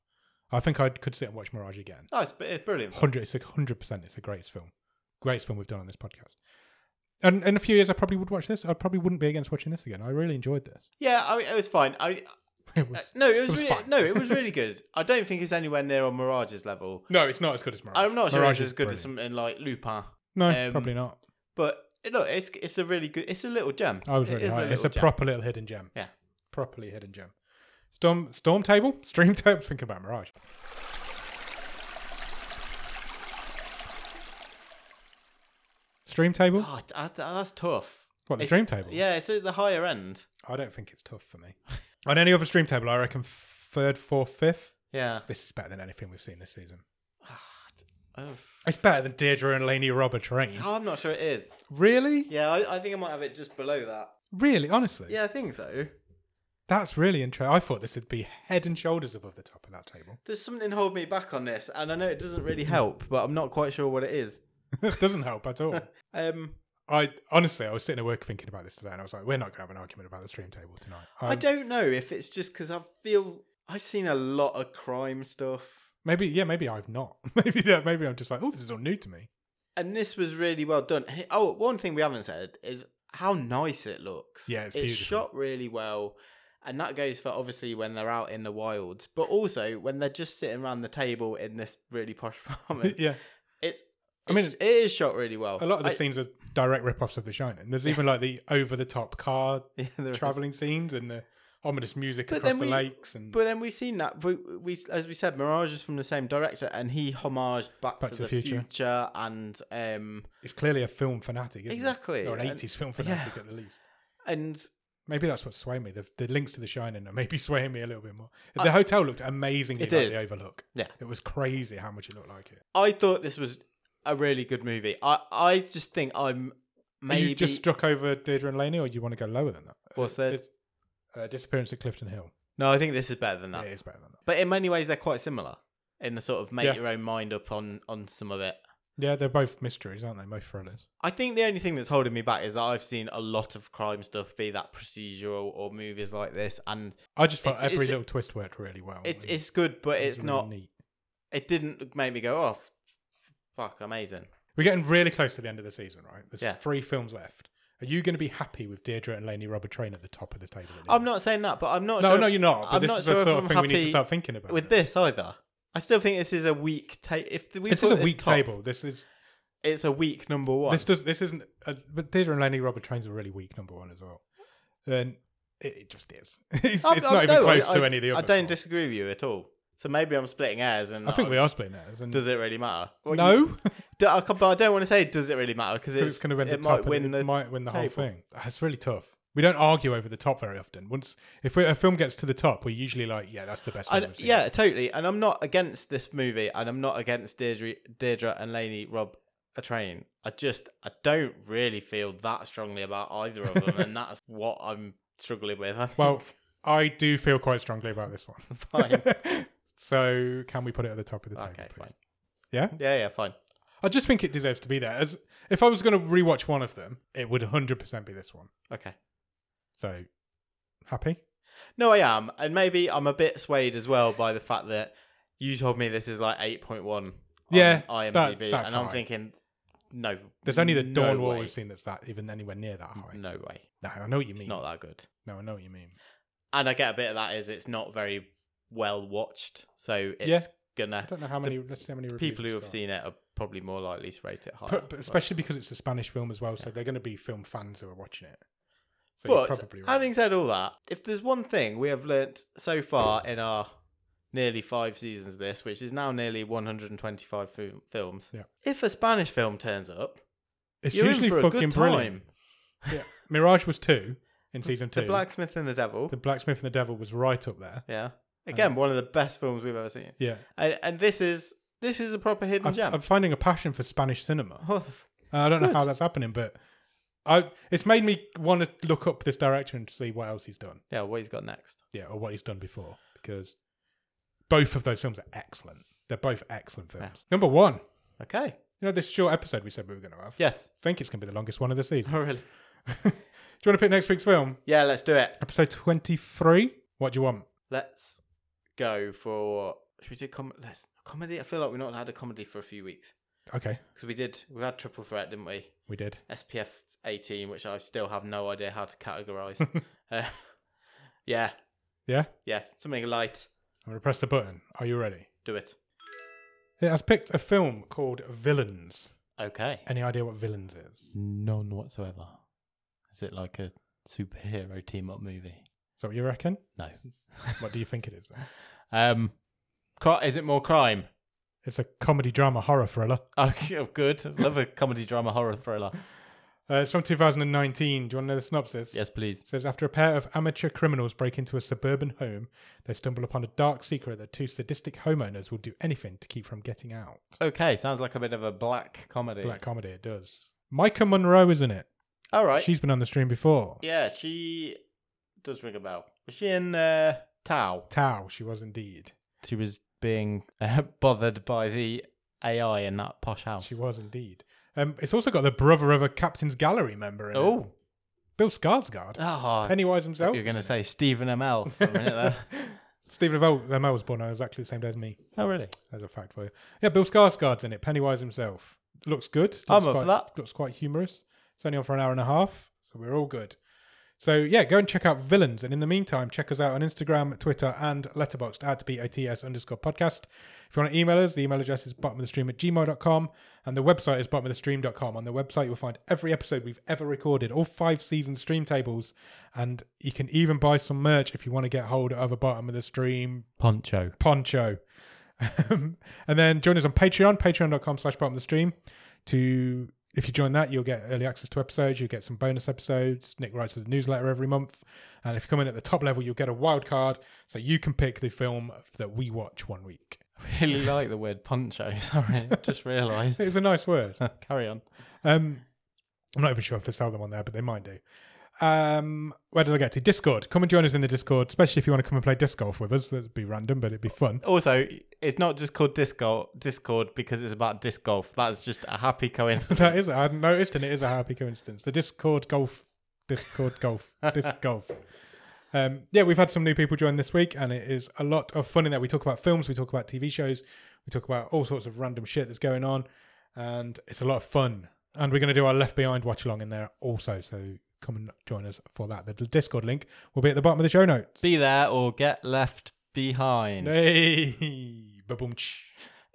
I think I could sit and watch Mirage again. Oh, it's, br- it's brilliant. Hundred, it's hundred percent. It's the greatest film, greatest film we've done on this podcast. And in a few years, I probably would watch this. I probably wouldn't be against watching this again. I really enjoyed this. (laughs) Yeah, I mean, it was fine. I It was, uh, no, it was, was really, fine. no, it was really good. I don't think it's anywhere near on Mirage's level. no, it's not as good as Mirage. I'm not sure Mirage it's is as good as brilliant. something like Lupin, No, um, probably not. but eh, look, it's it's a really good. It's a little gem. I was It really is high. It's little a gem. proper little hidden gem. Yeah. Properly hidden gem. Storm storm table? (laughs) Stream table think about Mirage. Stream table? Oh, t- uh, th- that's tough. What, the It's- stream table? Yeah, it's at the higher end. I don't think it's tough for me. (laughs) On any other stream table, I reckon third, fourth, fifth. Yeah. This is better than anything we've seen this season. Oh, It's better than Deirdre and Laney Robber Train. I'm not sure it is. Really? Yeah, I, I think I might have it just below that. Really? Honestly? Yeah, I think so. That's really interesting. I thought this would be head and shoulders above the top of that table. (laughs) There's something holding me back on this, and I know it doesn't really help, but I'm not quite sure what it is. it doesn't help at all. Um, I honestly, I was sitting at work thinking about this today, and I was like, "We're not going to have an argument about the stream table tonight." I Um, don't know if it's just because I feel I've seen a lot of crime stuff, Maybe, yeah, maybe I've not. (laughs) maybe that. Maybe I'm just like, "Oh, this is all new to me." and this was really well done. Hey, Oh, one thing we haven't said is how nice it looks. Yeah, it's beautiful. shot really well, and that goes for obviously when they're out in the wilds, but also when they're just sitting around the table in this really posh (laughs) apartment. yeah, It's, I I mean, mean, it is shot really well. a lot of the I- scenes are direct rip-offs of The Shining. There's even like the over-the-top car (laughs) Yeah, there is. traveling scenes and the ominous music But across then the we- lakes and But then we've seen that we, we as we said, Mirage is from the same director, and he homaged Back, to, the, future. and um it's clearly a film fanatic, isn't it? Exactly, or an and- '80s film fanatic at the least. and Maybe that's what swayed me. The, the links to The Shining are maybe (laughs) swaying me a little bit more. The hotel looked amazingly It like did. the Overlook. Yeah. it was crazy how much it looked like it. I thought this was a really good movie. I I just think I'm Are maybe you just struck over Deirdre and Laney, or do you want to go lower than that? What's that? Dis- Uh, Disappearance at Clifton Hill. no. I think this is better than that. It is better than that. But in many ways, they're quite similar in the sort of make Yeah. your own mind up on on some of it. Yeah, they're both mysteries, aren't they? Both thrillers. I think the only thing that's holding me back is that I've seen a lot of crime stuff, be that procedural or movies like this, and I just thought It's- every it's- little twist worked really well. it's It was it's good, but it's really not. neat. It didn't make me go, oh, f- fuck, amazing. We're getting really close to the end of the season, right? There's Yeah. three films left. Are you going to be happy with Deirdre and Laney Robert Train at the top of the table? at the I'm end? not saying that, but I'm not No, sure no, you're not. But I'm this not is sure the if sort of I'm thing we need to happy start thinking about. with this, this either. I still think this is a weak table. If we this put is a weak top, table. This is It's a weak number one. This does. This isn't. Uh, but Deirdre and Lenny Robert Train's a really weak number one as well. And it, it just is. (laughs) it's I'm- it's I'm- not even no, close I- to I- any of the other. I don't ones. disagree with you at all. So maybe I'm splitting hairs, and I think I'm- we are splitting hairs. And Does it really matter? Well, (laughs) you- no, do- I can't- but I don't want to say does it really matter because it's going to win the it top. might and win it the might win the whole table. thing. Ah, It's really tough. We don't argue over the top very often. Once if we, a film gets to the top, we're usually like, yeah, that's the best. Film And, we've seen. yeah, totally. And I'm not against this movie, and I'm not against Deirdre, Deirdre and Lainey Rob a train. I just I don't really feel that strongly about either of them, (laughs) and that's what I'm struggling with. (laughs) I think. Well, I do feel quite strongly about this one. (laughs) fine. so can we put it at the top of the table? Okay, please? fine. Yeah? yeah, yeah, fine. I just think it deserves to be there. As if I was going to rewatch one of them, it would 100% be this one. Okay. So happy? No, I am, and maybe I'm a bit swayed as well by the fact that you told me this is like 8.1. on Yeah, IMDb, that- that's and I'm high. thinking, no, There's only the no Dawn War way. we've seen that's that even anywhere near that high. No way, No, I know what you it's mean. not that good. No, I know what you mean. and I get a bit of that is it's not very well watched, so it's Yeah. I gonna don't know how many. let's see how many reviews people who it's got. have seen it are probably more likely to rate it higher. But, but especially because it's a Spanish film as well, so they're going to be film fans who are watching it. So you're but probably right. having said all that, if there's one thing we have learnt so far in our nearly five seasons of this, which is now nearly 125 fil- films, Yeah. if a Spanish film turns up, it's you're usually in for a fucking good time. brilliant. Yeah. Mirage was two in season two. The Blacksmith and the Devil, The Blacksmith and the Devil was right up there. yeah, again one of the best films we've ever seen, Yeah. and, and this is this is a proper hidden I'm, gem. I'm finding a passion for Spanish cinema. (laughs) Uh, What the f- I don't know Good. how that's happening, but I it's made me want to look up this director and see what else he's done. yeah, what he's got next? Yeah, or what he's done before because both of those films are excellent. They're both excellent films. Number one, you Okay, know this short episode we said we were going to have. yes, I (laughs) think it's going to be the longest one of the season. Oh, really? Do you want to pick next week's film? Yeah, let's do it. Episode twenty-three. What do you want? Let's go for. Should we do com- let's, comedy? I feel like we've not had a comedy for a few weeks Okay, because we did. We had Triple Threat, didn't we? we did. SPF 18, which I still have no idea how to (laughs) categorize. uh, yeah, Yeah, yeah, something light. I'm gonna press the button. Are you ready? Do it. It has picked a film called Villains. Okay. Any idea what Villains is? None whatsoever. Is it like a superhero team up movie? Is that what you reckon? No. What do you think it is? then? Um, cri- is it more crime? (laughs) It's a comedy drama horror thriller. Okay, oh, good. Love a comedy drama horror thriller. Uh, it's from 2019. Do you want to know the synopsis? Yes, please. It says after a pair of amateur criminals break into a suburban home, they stumble upon a dark secret that two sadistic homeowners will do anything to keep from getting out. Okay, sounds like a bit of a black comedy. Black comedy, it does. Micah Monroe, isn't it? All right. She's been on the stream before. yeah, she does ring a bell. Was she in uh, Tao? Tao, she was indeed. She (laughs) was being uh, bothered by the AI in that posh house. She was indeed. Um, it's also got the brother of a Captain's Gallery member in it. Oh, Bill Skarsgård. oh Pennywise himself. you're gonna say Stephen ML for a minute there. (laughs) Stephen Amell was born on exactly the same day as me. oh really? That's a fact for you. Yeah, Bill Skarsgård's in it. Pennywise himself looks good. Looks I'm up quite, for that. Looks quite humorous. It's only on for an hour and a half, so we're all good. So yeah, go and check out Villains, and in the meantime, check us out on Instagram, Twitter, and Letterboxd at bats underscore podcast. If you want to email us, the email address is bottom of the stream at gmail.com and the website is bottom of the stream.com. On the website, you'll find every episode we've ever recorded, all five season stream tables, and you can even buy some merch if you want to get hold of a bottom of the stream Poncho. poncho. Um, and then join us on Patreon, patreon.com slash bottom of the stream. To if you join that, you'll get early access to episodes, you'll get some bonus episodes. Nick writes the newsletter every month. And if you come in at the top level, you'll get a wild card. So you can pick the film that we watch one week. Really like the word poncho. (laughs) (laughs) Sorry, just realised. It's a nice word. Carry on. Um, I'm not even sure if they sell them on there, but they might do. Um, where did I get to? Discord. Come and join us in the Discord, especially if you want to come and play disc golf with us. That'd be random, but it'd be fun. Also, it's not just called Discord, Discord because it's about disc golf. That's just a happy coincidence. (laughs) That is, I hadn't noticed, and it is a happy coincidence. The Discord golf, Discord golf, disc golf. Um, yeah, we've had some new people join this week, and it is a lot of fun in that we talk about films, we talk about TV shows, we talk about all sorts of random shit that's going on, and it's a lot of fun. And we're going to do our Left Behind watch along in there also, so come and join us for that. The d- Discord link will be at the bottom of the show notes. Be there or get left behind. Hey, ba-boom-tsh. (laughs)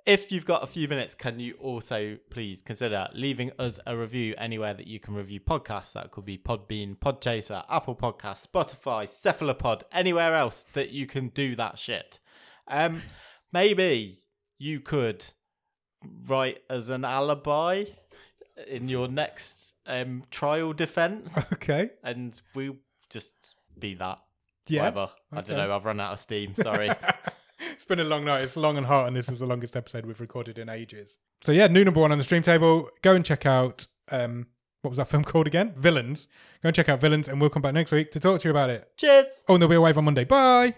If you've got a few minutes, can you also please consider leaving us a review anywhere that you can review podcasts? That could be Podbean, Podchaser, Apple Podcasts, Spotify, Cephalopod, anywhere else that you can do that shit. (laughs) Um, maybe you could write as an alibi in your next um, (laughs) trial defense, Okay. and we'll just be that. Yeah. Whatever. I don't okay. know. I've run out (laughs) of steam. Sorry. It's been a long night. It's long and hard, and this is the longest episode we've recorded in ages. So yeah, new number one on the stream table. Go and check out um, what was that (laughs) film called again? Villains. Go and check out Villains, and we'll come back next week to talk to you about it. Cheers. Oh, and there'll be a wave on Monday. Bye.